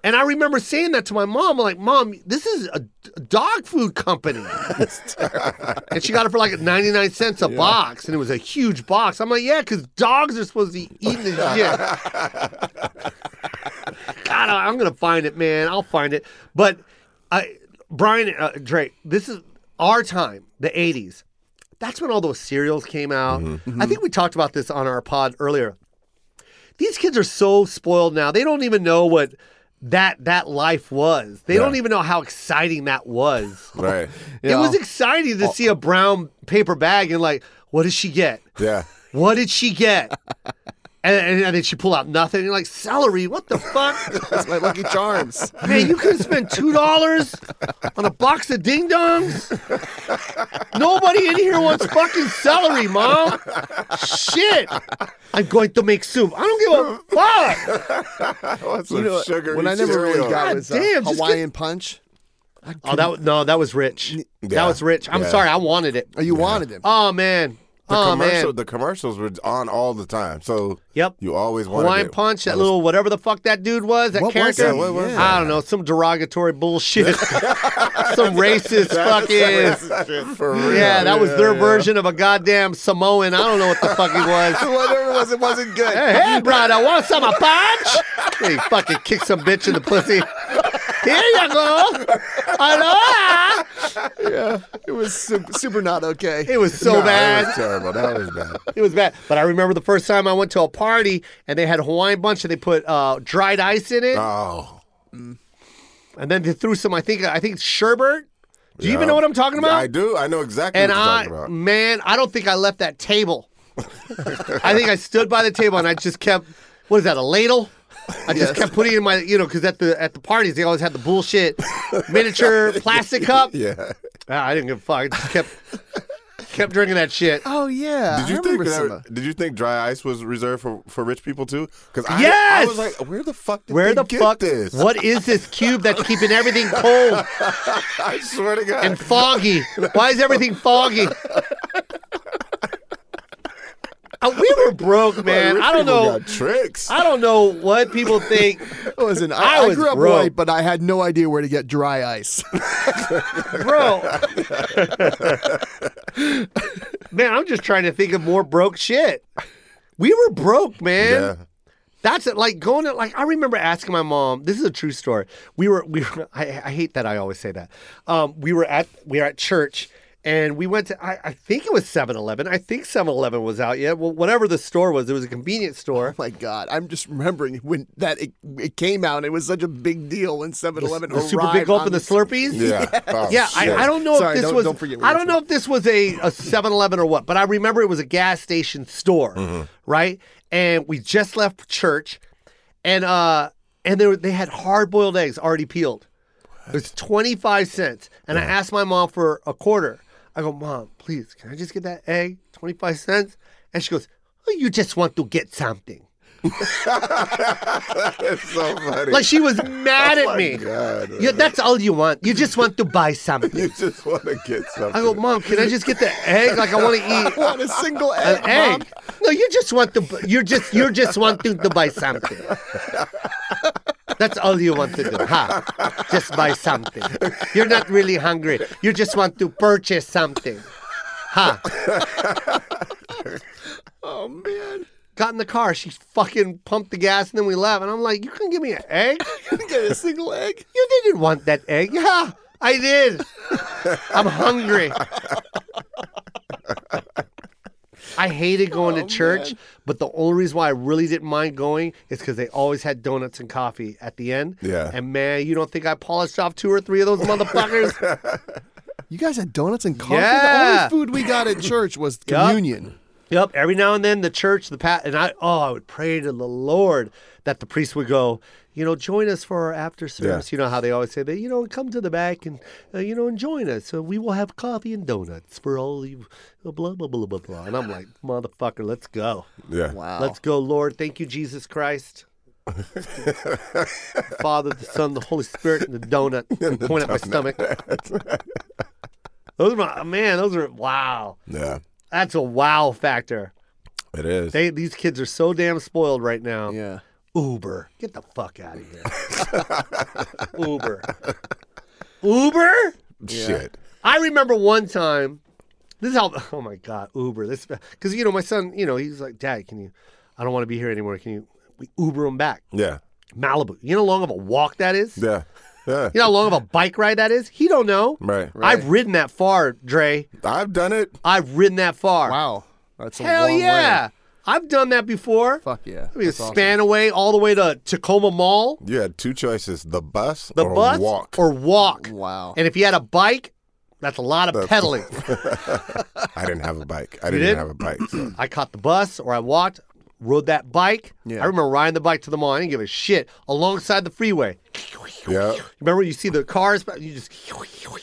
And I remember saying that to my mom, like, "Mom, this is a d- dog food company." and she got it for like 99 cents a box, and it was a huge box. I'm like, "Yeah, because dogs are supposed to be eating this shit." God, I- I'm gonna find it, man. I'll find it. But I, Brian uh, Drake, this is our time, the '80s. That's when all those cereals came out. I think we talked about this on our pod earlier. These kids are so spoiled now; they don't even know what that that life was. They
Yeah.
don't even know how exciting that was.
Right.
It
Yeah.
was exciting to see a brown paper bag and like, what did she get?
Yeah.
What did she get? And, and, and then she pulled out nothing. And you're like, celery, what the fuck?
It's my Lucky Charms.
Man, you could have spent $2 on a box of ding dongs. Nobody in here wants fucking celery, mom. Shit. I'm going to make soup. I don't give a fuck.
What's
You know,
sugar?
what I never really got
God
was
damn,
uh,
just
Hawaiian punch.
Oh, that was, no, that was rich. That
Yeah.
was rich. I'm
Yeah.
sorry, I wanted it.
Oh, you wanted them.
Oh man.
The,
oh
commercial,
man.
the commercials were on all the time. So
Yep.
you always wanted
Hawaiian
it.
punch, that little whatever the fuck that dude was, that
What was
character.
it? What was
I don't know, some derogatory bullshit. some racist fucking.
For real.
Yeah, that was their version of a goddamn Samoan. I don't know what the fuck he was.
Whatever it was, it wasn't good.
hey, hey, brother, want some of punch? And he fucking kicked some bitch in the pussy. Here you go. Aloha.
It was super, super not okay.
It was so
No,
bad.
That was terrible. That was bad.
It was bad. But I remember the first time I went to a party and they had Hawaiian bunch and they put uh, dried ice in it,
Oh.
and then they threw some. I think I think sherbet. Do you even know what I'm talking about?
I do. I know exactly
and
what you're
I,
talking about.
man, I don't think I left that table. I think I stood by the table and I just kept. What is that? A ladle? I just kept putting it in my, you know, because at the at the parties they always had the bullshit miniature plastic cup.
Yeah.
Ah, I didn't give a fuck. I just kept kept drinking that shit.
Oh yeah.
Did you
I
think
remember
that-
some of-
did you think dry ice was reserved for, for rich people too? Because I, I
Yes!
was like, where the fuck did
Where
they
the
get
fuck?
this?
What is this cube that's keeping everything cold?
I swear to God.
and foggy. Why is everything foggy? Uh, we were broke, man.
Rich
I don't
people
know.
Got tricks.
I don't know what people think.
Listen, I,
I
I
was
grew up
broke.
white, but I had no idea where to get dry ice.
Bro. man, I'm just trying to think of more broke shit. We were broke, man.
yeah.
That's it. Like going to like I remember asking my mom. This is a true story. We were we were, I, I hate that I always say that. Um, we were at we were at church and we went to I, I think it was 7-Eleven. I think 7-Eleven was out yet. Well, whatever the store was, it was a convenience store.
My God, I'm just remembering when that it, it came out. and It was such a big deal when 7-Eleven
The super big
arrived
gulp
on
and the Slurpees.
Yeah. Oh,
Yeah, I,
shit.
I don't know
Sorry,
if this
don't-
was
don't forget what
I
you
don't know if this was a, a 7-Eleven or what, but I remember it was a gas station store,
Mm-hmm.
right? And we just left church and uh and they were, they had hard-boiled eggs already peeled. It was 25 cents. And I asked my mom for a quarter. I go, "Mom, please, can I just get that egg, 25 cents?" And she goes, oh, "You just want to get something."
It's so funny.
Like she was mad
Oh
at me.
God.
You- that's all you want. You just want to buy something.
You just want to get something.
I go, Mom, can I just get the egg? Like I want to eat.
want a single egg,
an egg.
Mom.
No, you just want to. You're just you're just wanting to buy something. That's all you want to do, huh? Just buy something. You're not really hungry. You just want to purchase something, huh?
Oh man,
Got in the car. She fucking pumped the gas, and then we left. And I'm like, you couldn't give me an egg?
get a single egg.
You didn't want that egg. Yeah, I did. I'm hungry. I hated going to church, but the only reason why I really didn't mind going is because they always had donuts and coffee at the end.
Yeah.
And man, you don't think I polished off two or three of those motherfuckers?
You guys had donuts and coffee.
Yeah.
The only food we got at church was communion.
yep. Every now and then, the church, the pat, and I, oh, I would pray to the Lord that the priest would go, you know, join us for our after service. You know how they always say that, you know, come to the back and, uh, you know, and join us. So we will have coffee and donuts for all you, blah, blah, blah, blah, blah. And I'm like, motherfucker, let's go.
Yeah.
Wow.
Let's go, Lord. Thank you, Jesus Christ. Father, the Son, the Holy Spirit, and the donut. point at my stomach. those are my man. Those are wow.
Yeah.
That's a wow factor.
It is.
They these kids are so damn spoiled right now.
yeah.
Uber, get the fuck out of here. Uber, Uber.
Shit.
I remember one time. This is how. Oh my god, Uber. This because you know my son. You know he's like, Dad, can you? I don't want to be here anymore. Can you? We Uber him back
Yeah.
Malibu. You know how long of a walk that is.
Yeah. Yeah.
You know how long of a bike ride that is. He don't know.
Right.
I've ridden that far, Dre.
I've done it.
I've ridden that far.
Wow. That's a
Hell
long
yeah.
way.
I've done that before.
Fuck yeah.
I mean,
That's awesome.
span away all the way to Tacoma Mall,
You had two choices: the bus
the
or
bus,
walk.
or walk.
Wow.
And if you had a bike, that's a lot of pedaling.
I didn't have a bike. I didn't
did?
have a bike. so-
I caught the bus or I walked, rode that bike.
Yeah.
I remember riding the bike to the mall. I didn't give a shit alongside the freeway.
yeah,
Remember when you see the cars, but you just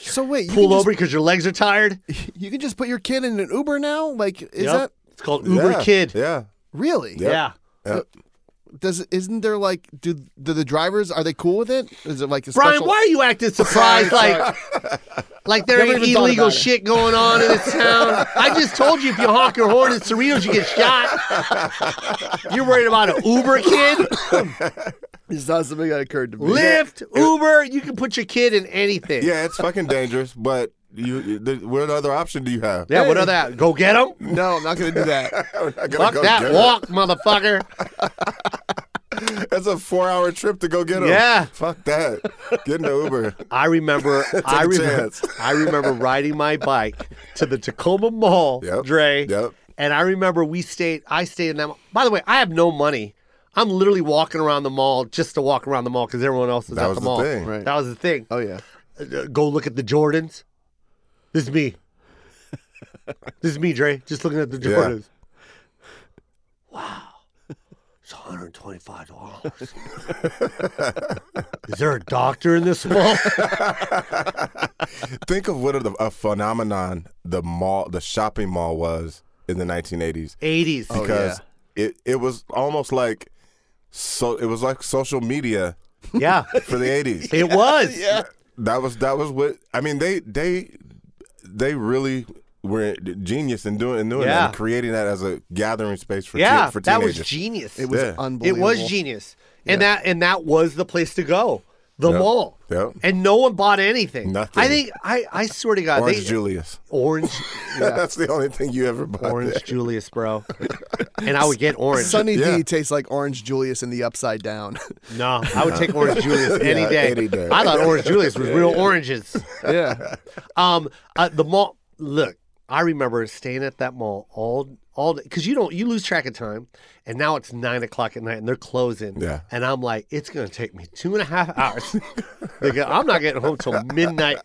So wait, you
pull
can
over because your legs are tired. Is
Just, you can just put your kid in an Uber now. Like, is that
It's called Uber
yeah,
Kid.
Yeah,
really?
Yep.
Yeah.
Does isn't there like do, do the drivers are they cool with it? Is it like a
Brian,
special-
why are you acting surprised? like, like there
Never
ain't
even thought
illegal
about it.
shit going on in this town. I just told you if you honk your horn at Cerritos, you get shot. You're worried about an Uber kid,
It's not something that occurred to me.
Lyft, Uber. You can put your kid in anything.
yeah. It's fucking dangerous, but you. you- The, what other option do you have?
Yeah, what other? that? Go get them.
No, I'm not gonna do that.
I'm not gonna
Fuck
go
that
get
walk, motherfucker.
him. That's a four-hour trip to go get him.
Yeah.
Fuck that. Get in the Uber.
I remember, I
a
remember,
chance.
I remember riding my bike to the Tacoma Mall,
Yep,
Dre.
yep.
And I remember we stayed. I stayed in that. mall. By the way, I have no money. I'm literally walking around the mall just to walk around the mall because everyone else is
That
at
was
the
the
mall.
thing. Right.
That was the thing.
Oh yeah.
Uh, Go look at the Jordans. This is me. this is me, Dre. Just looking at the
Yeah.
Jordans. Wow. It's $125. is there a doctor in this mall?
Think of what a, a phenomenon the mall, the shopping mall, was in the 1980s.
80s.
because it, it was almost like so it was like social media
Yeah,
for the 80s
it was.
that was that was what i mean they they they really were genius in doing in doing
Yeah.
that and creating that as a gathering space for
Yeah,
te- for
that
teenagers
was genius.
It was
Yeah.
It
unbelievable.
was genius, and that and that was the place to go, the mall.
Yep.
And no one bought anything.
Nothing.
I think I I swear to God,
orange
they,
julius
orange,
that's the only thing you ever bought
orange
there.
Julius, bro. And I would get orange.
Sunny
Yeah.
D tastes like Orange Julius in the Upside Down.
no, I would take orange Julius any
Yeah,
day.
any day.
I thought orange Julius was real oranges.
yeah.
Um, uh, the mall. Look, I remember staying at that mall all all because you don't you lose track of time, and now it's nine o'clock at night and they're closing.
Yeah.
and I'm like, it's gonna take me two and a half hours. Nigga, I'm not getting home till midnight,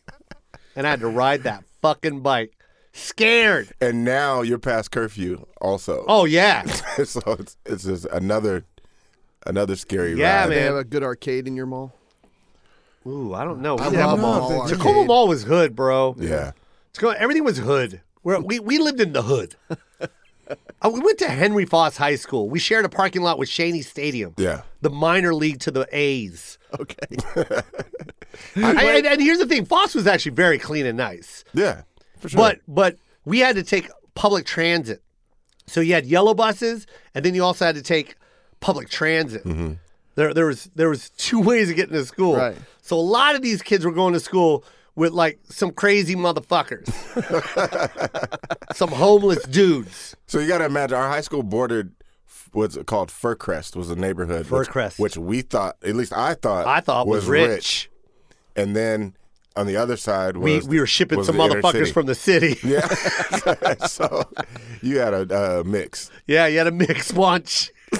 and I had to ride that fucking bike, scared.
and now you're past curfew also
Oh yeah,
so it's, it's just another another scary
Yeah,
ride.
They
man.
have a good arcade in your mall.
ooh, I don't know. We
I
didn't have a
love
mall.
mall
Tacoma
arcade.
Mall was hood, bro.
yeah
Tacoma, everything was hood. We're, we we lived in the hood. Uh, we went to Henry Foss High School. We shared a parking lot with Shaney Stadium.
yeah
the minor league to the A's.
Okay.
I- and, and here's the thing: Foss was actually very clean and nice,
yeah for sure
but but we had to take public transit. So you had yellow buses, and then you also had to take public transit.
Mm-hmm.
There there was there was two ways of getting to school.
Right.
So a lot of these kids were going to school with like some crazy motherfuckers, some homeless dudes.
So you got to imagine our high school bordered f- what's it called Furcrest was a neighborhood. which-
Furcrest.
which, we thought, at least I thought,
I thought was, rich.
And then on the other side
We,
was
we were shipping
was
some
the inner
motherfuckers
city.
from the city.
Yeah, so you had a uh, mix.
Yeah, you had a mixed lunch. you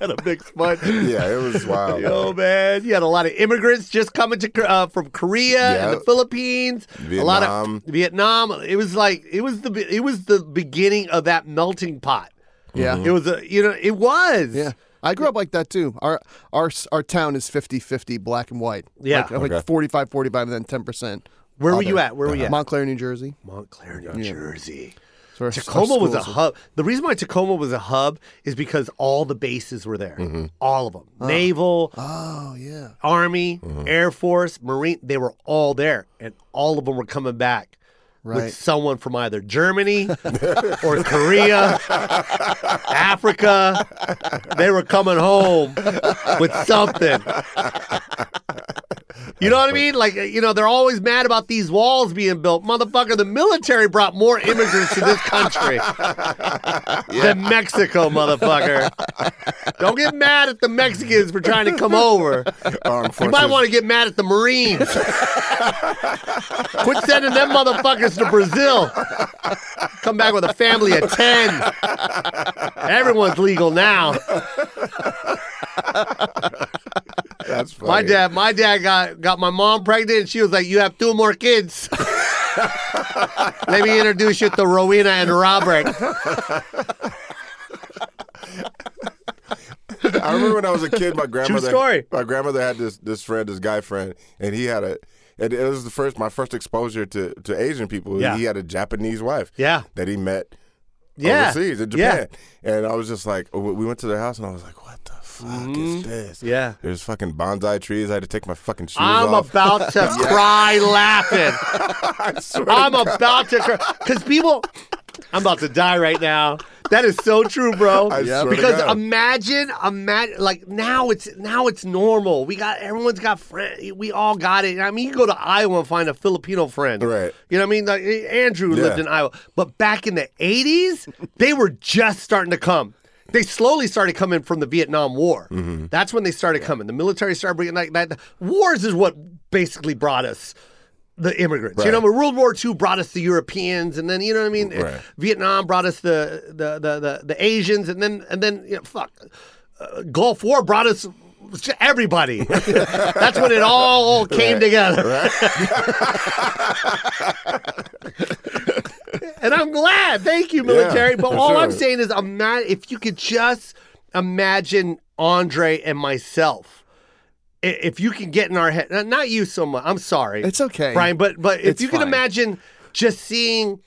had a mixed lunch.
Yeah, it was wild.
Yo, Oh, man, you had a lot of immigrants just coming to uh, from Korea and the
Yeah.
Philippines. A lot of
Vietnam.
Vietnam. It was like it was the it was the beginning of that melting pot.
Yeah.
It was a you know it was
Yeah. I grew up like that too. Our our s- our town is 50-50 black and white.
Yeah.
Like, I'm like
Okay.
45 45 and then 10%.
Where were you
other. Uh,
at? Where were you at?
Montclair, New Jersey.
Montclair, New Jersey.
So our-
Tacoma
our
was a
schools-
hub. The reason why Tacoma was a hub is because all the bases were there,
Mm-hmm.
all of them,
Ah.
naval,
Oh yeah.
Army, Air Force, Marine, they were all there, and all of them were coming back
Right.
with someone from either Germany or Korea, Africa. They were coming home with something. You know what I mean? Like, you know, they're always mad about these walls being built. Motherfucker, the military brought more immigrants to this country than Mexico, motherfucker. Don't get mad at the Mexicans for trying to come over.
Armed
You
forces.
might want to get mad at the Marines. Quit sending them motherfuckers to Brazil. Come back with a family of 10. Everyone's legal now.
That's funny.
My dad, my dad got, got my mom pregnant, and she was like, "You have two more kids." Let me introduce you to Rowena and Robert.
I remember when I was a kid, my grandmother.
story.
My grandmother had this this friend, this guy friend, and he had a. And it was the first my first exposure to to Asian people.
Yeah.
He had a Japanese wife.
Yeah.
That he met.
Yeah.
Overseas in
Yeah.
Japan, and I was just like, we we went to their house, and I was like, what the fuck is this?
Mm-hmm. Yeah.
There's fucking bonsai trees. I had to take my fucking shoes
I'm
off.
about to cry laughing.
I swear to
I'm about to cry because people. I'm about to die right now. That is so true, bro.
I swear to
because
God.
imagine, imagine, like now it's now it's normal. We got everyone's got friends. We all got it. I mean, you go to Iowa and find a Filipino friend,
Right.
You know what I mean? Like Andrew
Yeah.
lived in Iowa, but back in the '80s, they were just starting to come. They slowly started coming from the Vietnam War.
Mm-hmm.
That's when they started coming. The military started bringing like that. Wars is what basically brought us the immigrants. You
Right.
know, but World War II brought us the Europeans, and then you know what I mean.
Right.
Vietnam brought us the the the the, the Asians, and then and then you know, fuck, uh, Gulf War brought us. Everybody. That's when it all came together. and I'm glad. Thank you, military. but
for
all I'm
sure.
saying is, I'm not. If you could just imagine Andre and myself, i- if you can get in our head, not- not you so much. I'm sorry.
It's okay.
Brian. But but if
It's
you
fine.
can imagine just seeing.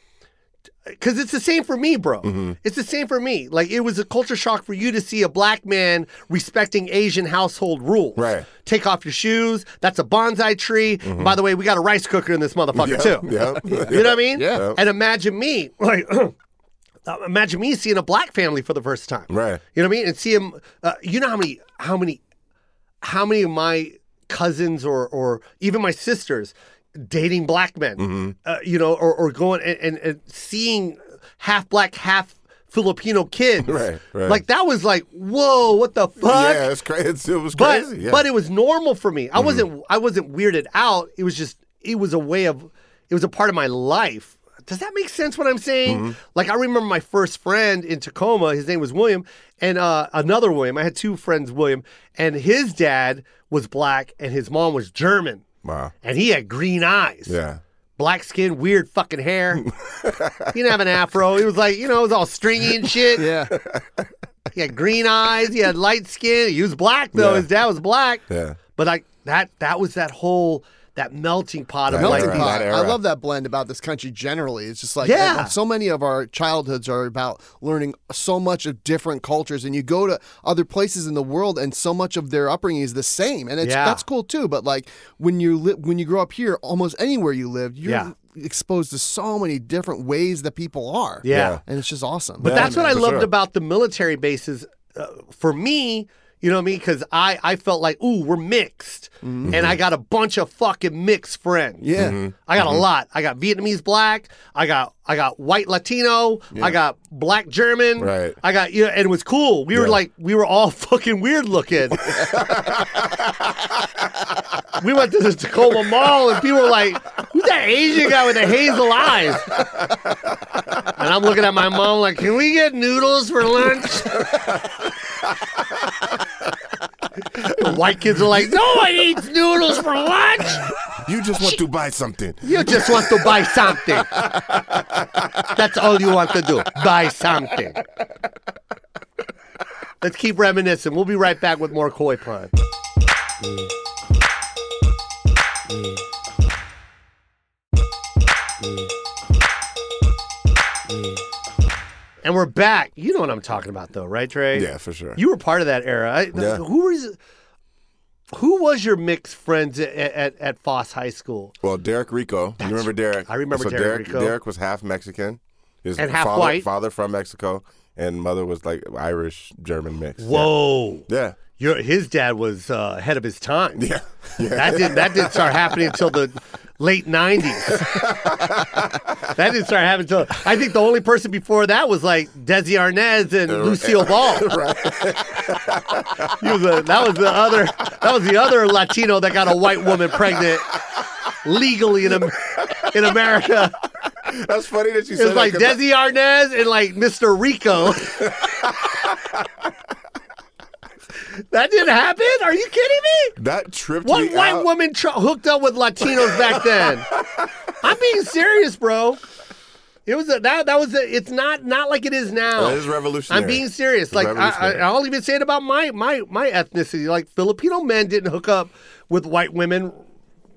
Because it's the same for me, bro.
Mm-hmm.
It's the same for me. Like, it was a culture shock for you to see a black man respecting Asian household rules.
Right.
Take off your shoes. That's a bonsai tree. By the way, we got a rice cooker in this motherfucker,
God.
too.
Yeah. yeah.
You know what I mean?
Mm-hmm. Yeah.
And imagine me, like, imagine me seeing a black family for the first time.
Right.
You know what I mean? And see him. Uh, you know how many, how many, how many of my cousins or or even my sisters dating black men.
Mm-hmm.
Uh, you know, or or going and, and, and seeing half black, half. Filipino kids,
Right, right.
like that was like, whoa, what the fuck?
Yeah, it's crazy. It was
but
crazy. yeah. Mm-hmm.
but it was normal for me. I wasn't I wasn't weirded out. It was just it was a way of it was a part of my life. Does that make sense what I'm saying?
Mm-hmm.
Like I remember my first friend in Tacoma, his name was William, and uh, another William. I had two friends, William, and his dad was black and his mom was German.
wow.
And he had green eyes.
Yeah.
Black skin, weird fucking hair. he didn't have an afro. He was like, you know, it was all stringy and shit.
Yeah.
He had green eyes. He had light skin. He was black though.
Yeah.
His dad was black.
Yeah.
But like that, that was that whole that melting pot of
That
like
melting
era.
these-
pot.
that
I
era.
love that blend about this country generally. It's just like
Yeah.
and so many of our childhoods are about learning so much of different cultures, and you go to other places in the world, and so much of their upbringing is the same, and it's
Yeah.
that's cool too. But like when you li- when you grow up here, almost anywhere you live, you're
Yeah.
exposed to so many different ways that people are.
Yeah. Yeah.
and it's just awesome.
But that's what I
for
loved
sure.
about the military bases. Uh, for me, you know what I mean? Because I, I felt like, ooh, we're mixed,
Mm-hmm.
and I got a bunch of fucking mixed friends. Mm-hmm.
yeah,
I
Mm-hmm.
got a lot. I got Vietnamese black. I got I got white Latino. I got black German.
Right.
I got you know, and it was cool. We were
Yeah.
like we were all fucking weird looking. we went to the Tacoma Mall and people were like, "Who's that Asian guy with the hazel eyes?" and I'm looking at my mom like, "Can we get noodles for lunch?" the white kids are like, "No one eats noodles for lunch."
You just want to buy something.
You just want to buy something. That's all you want to do. Buy something. Let's keep reminiscing. We'll be right back with more Koi Pond. And we're back. You know what I'm talking about, though, right, Trey?
Yeah, for sure.
You were part of that era. I,
Yeah.
Who was who was your mixed friends at, at, at Foss High School?
Well, Derek Rico. You remember Derek?
I remember
so
Derek
Derek
Rico.
Derek was half Mexican. His
And half
father,
white.
Father from Mexico, and mother was like Irish German mix. Yeah.
Whoa,
Yeah.
your his dad was uh, ahead of his time.
Yeah. Yeah.
That didn't that didn't start happening until the late nineties. that didn't start happening until I think the only person before that was like Desi Arnaz and Lucille Ball. He was a- that was the other that was the other Latino that got a white woman pregnant legally in Am- in America.
That's funny that you
It
said
was
that,
like
'cause I-
Desi Arnaz and like Mr. Rico. that didn't happen? Are you kidding me?
that tripped
What
me
white
out.
woman tr- hooked up with Latinos back then? I'm being serious, bro. It was a, that. That was a, It's not not like it is now.
That is revolutionary.
I'm being serious.
It's
Like I, I,
revolutionary.
I'll even say it about my my my ethnicity. Like Filipino men didn't hook up with white women.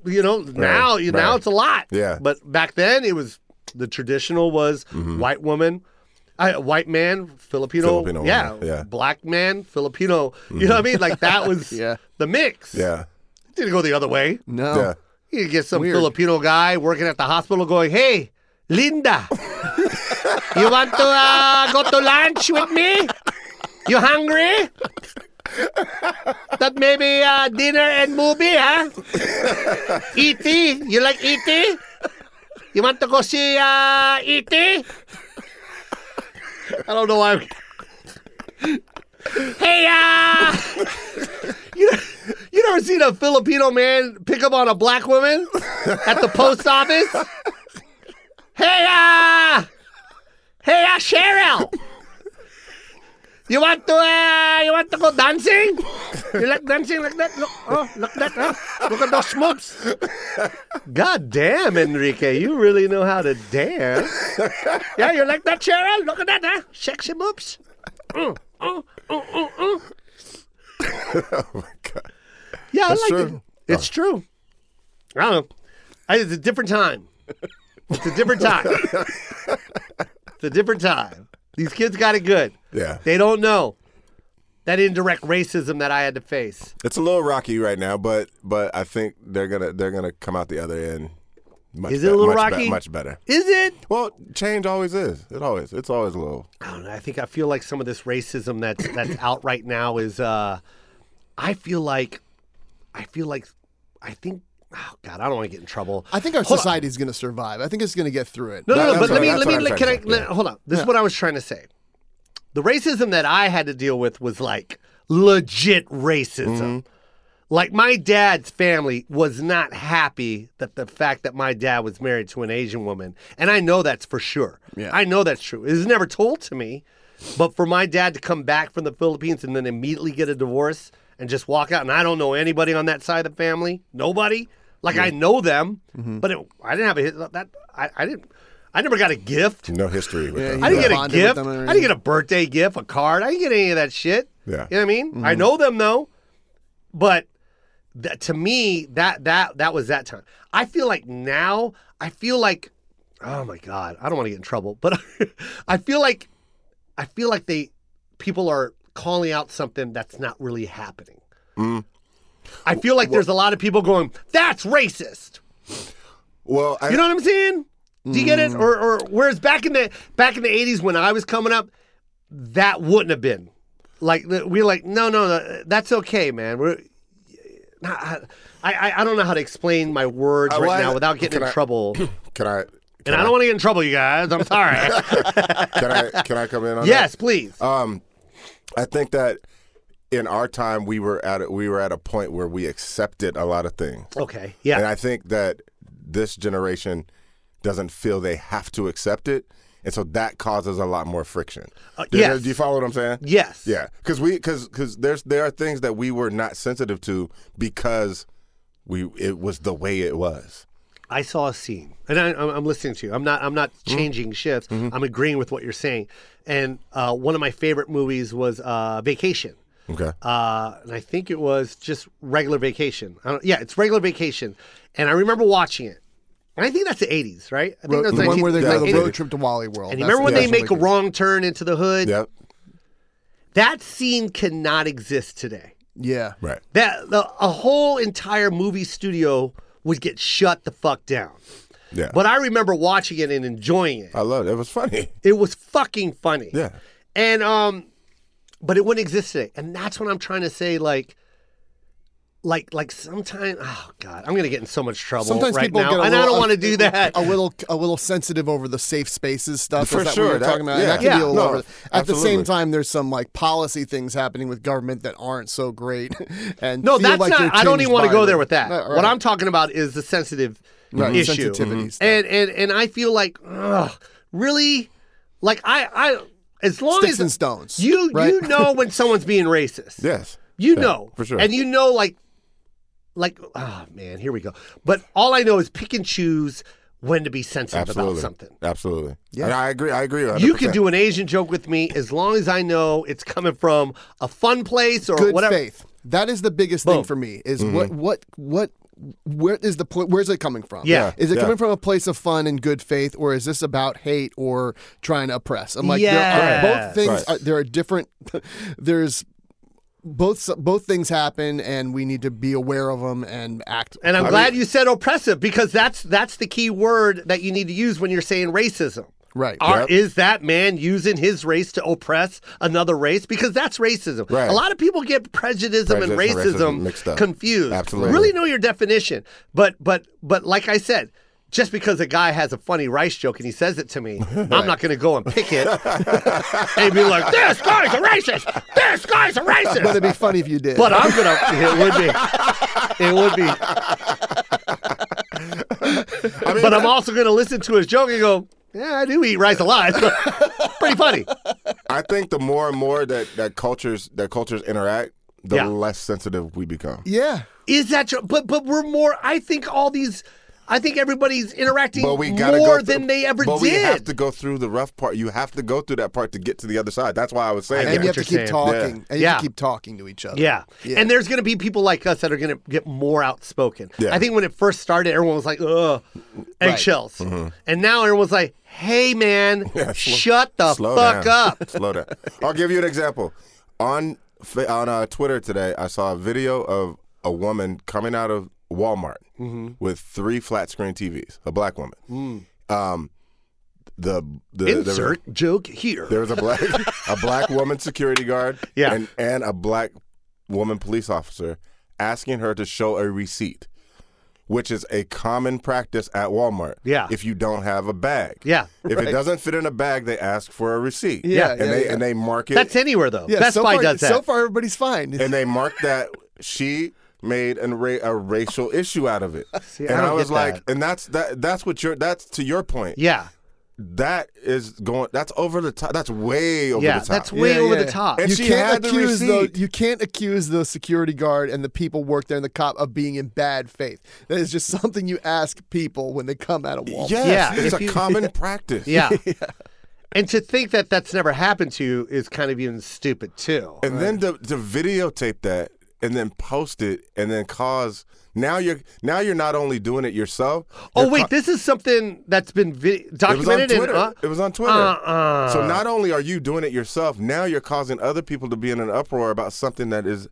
You know now you now
right.
it's a lot.
Yeah.
But back then it was the traditional was
Mm-hmm.
white woman. I, white man, Filipino,
Filipino woman,
yeah,
yeah.
black man, Filipino. You know what I mean? Like that was
Yeah.
the mix.
Yeah.
didn't go the other way.
No.
Yeah.
You get some
Weird.
Filipino guy working at the hospital going, hey, Linda, you want to uh, go to lunch with me? You hungry? That maybe uh, dinner and movie, huh? E.T., you like E.T.? You want to go see uh, E.T.? I don't know why. I'm- hey, uh, you, you never seen a Filipino man pick up on a black woman at the post office? Hey, uh, hey, uh, Cheryl. You want to, uh, you want to go dancing? You like dancing like that? Look, oh, look that, huh? Look at those moves. God damn, Enrique, you really know how to dance. Yeah, you like that, Cheryl? Look at that, huh? Sexy moves. Mm, mm, mm, mm, mm.
Oh my god.
Yeah, I
That's
like
true. Oh.
it. It's true. I don't know. I, it's a different time. It's a different time. it's a different time. These kids got it good.
Yeah.
They don't know that indirect racism that I had to face.
It's a little rocky right now, but but I think they're gonna they're gonna come out the other end. Much
Is it
be-
a little
much be-
rocky?
much better.
Is it?
Well, change always is. It always it's always a little.
I don't know. I think I feel like some of this racism that's that's out right now is. uh I feel like, I feel like, I think. Oh God, I don't want to get in trouble.
I think our
Hold on.
society's going to survive. I think it's going to get through it.
No, no, no.
That-
But
that's
let me,
what-
let me,
that's what I'm
can I
trying to say,
let- hold on? This is what I was trying to say. The racism that I had to deal with was like legit racism. Like my dad's family was not happy that the fact that my dad was married to an Asian woman, and I know that's for sure.
Yeah.
I know that's true. It was never told to me, but for my dad to come back from the Philippines and then immediately get a divorce and just walk out, and I don't know anybody on that side of the family, nobody. Like I know them, but it, I didn't have a hit- that. I, I didn't. I never got a gift.
No history with that.
you
I didn't
Yeah.
get a
Bonded with
gift.
them or
I didn't get a birthday gift, a card. I didn't get any of that shit.
Yeah.
You know what I mean? I
Mm-hmm.
know them though, but that, to me, that that that was that time. I feel like now, I feel like, oh my god, I don't want to get in trouble, but I feel like, I feel like they, people are calling out something that's not really happening. I feel like there's a lot of people going, that's racist.
Well, I,
You know what I'm saying? Do you get it?
Mm.
Or, or whereas back in the back in the '80s when I was coming up, that wouldn't have been like the- we were like, no, no, no, that's okay, man. We're Nah, I, I, I don't know how to explain my words
Uh,
right
well, I-
now without getting
can
in
I-
trouble,
can I?
and I don't want to get in trouble, you guys. I'm sorry.
Can I? Can I come in on that?
yes, please.
Um, I think that in our time we were at a, we were at a point where we accepted a lot of things,
okay. Yeah.
and I think that this generation doesn't feel they have to accept it, and so that causes a lot more friction.
Uh,
Do you-
yes.
Do you follow what I'm saying?
yes.
Yeah, because we because because there's there are things that we were not sensitive to because we it was the way it was.
I saw a scene, and I, I'm I'm listening to you. I'm not. I'm not
Mm-hmm.
changing shifts. I'm agreeing with what you're saying. And uh, one of my favorite movies was uh, Vacation.
Okay.
uh, and I think it was just regular vacation. I don't, yeah, it's regular vacation, and I remember watching it. And I think that's the '80s, right? I think
Ro-
that was
the one where they
19-
go
yeah,
the
1980s.
road trip to Wally World.
And you
That's
remember when
the
they
national
make a
vacation.
wrong turn into the hood?
Yep.
That scene cannot exist today.
Yeah.
Right.
That the, a whole entire movie studio would get shut the fuck down.
Yeah.
But I remember watching it and enjoying it.
I loved it. It was funny.
It was fucking funny.
Yeah.
And um, but it wouldn't exist today. And that's what I'm trying to say. Like, like, like sometimes. Oh God, I'm gonna get in so much trouble
Sometimes
right
people
now,
get a
and
little,
I don't want to do that.
A little, a little sensitive over the safe spaces stuff.
For
is that
sure,
What you're
that-
talking about.
yeah.
That can be
Yeah,
a little.
no,
over- At the
absolutely.
same time, there's some like policy things happening with government that aren't so great. And
No,
feel
that's
like you're
not. I don't even
want
want to go there with that.
No,
What
right. Mm-hmm.
I'm talking about is the sensitive
Right,
issue.
sensitivity stuff.
And and and I feel like ugh, really like I I as long
Sticks
as
and stones,
You
right?
you know when someone's being racist.
Yes.
You
Yeah,
know
for sure.
and you know like like oh man, here we go. But all I know is pick and choose when to be sensitive
Absolutely.
about something.
Absolutely. Yeah. I agree. I agree. 100%.
You can do an Asian joke with me as long as I know it's coming from a fun place or
good
whatever.
faith. That is the biggest
Boom.
thing for me. Is
Mm-hmm.
what what what where is the point? Where's it coming from?
Yeah.
is it
Yeah.
coming from a place of fun and good faith, or is this about hate or trying to oppress? I'm like, there are
Yes.
both things.
Right.
Are, there are different. there's both both things happen, and we need to be aware of them and act.
And I'm glad you said oppressive because that's that's the key word that you need to use when you're saying racism.
Right.
Are,
Yep.
Is that man using his race to oppress another race? Because that's racism.
Right.
A lot of people get prejudice,
Prejudice
and
and
racism
racism mixed up.
confused.
Absolutely.
Really know your definition. But but but like I said, just because a guy has a funny rice joke and he says it to me, I'm not going to go and pick it and be like, "This guy's a racist. This guy's a racist."
But it'd be funny if you did.
But I'm gonna. It would be. It would be. but I'm also gonna listen to his joke and go, "Yeah, I do eat rice a lot. It's pretty funny."
I think the more and more that, that cultures that cultures interact, the
Yeah.
less sensitive we become.
yeah,
Is that true? But but we're more. I think all these. I think everybody's interacting
But we gotta
more
go through,
than they ever
but
did.
we have to go through the rough part. You have to go through that part to get to the other side. That's why I was saying.
and
get
you
what
have to
you're
keep
saying.
talking. And you
Yeah.
have to keep talking to each other.
Yeah. And there's going to be people like us that are going to get more outspoken.
Yeah.
I think when it first started, everyone was like, ugh, eggshells.
Mm-hmm.
And now everyone's like, hey, man, shut the
Slow
fuck
down.
up.
Slow down. I'll give you an example. On fa- on uh, Twitter today, I saw a video of a woman coming out of Walmart
Mm-hmm.
with three flat screen TVs. A black woman. Um, the the the-
Mm. Insert joke here.
There was a black a black woman security guard
Yeah.
and, and a black woman police officer asking her to show a receipt, which is a common practice at Walmart.
Yeah.
If you don't have a bag.
Yeah.
If it doesn't fit in a bag, they ask for a receipt.
Yeah,
And
yeah,
they
yeah.
and they mark it
That's anywhere, though.
Yeah,
Best
so
Buy
far,
does that.
So far, everybody's fine.
and they marked that she made an ra- a racial issue out of it.
I
and
don't
I, was
get
like,
that.
and that's that that's what you're that's to your point.
yeah.
That is going that's over the top. That's way over
Yeah.
the top.
That's way
Yeah,
over
yeah.
the top.
And
you
she had
can't
the
accuse the,
receipt.
you can't accuse the security guard and the people work there and the cop of being in bad faith. That is just something you ask people when they come out of Walmart.
Yes,
Yeah,
it's
if
a
you-
common practice.
yeah. And to think that that's never happened to you is kind of even stupid, too.
And then to, to videotape that and then post it and then cause now you're now you're not only doing it yourself.
Oh,
you're
wait,
ca-
this is something that's been vi-
it was on
documented
Twitter.
in. uh,
it was on Twitter.
Uh-uh.
So not only are you doing it yourself, now you're causing other people to be in an uproar about something that is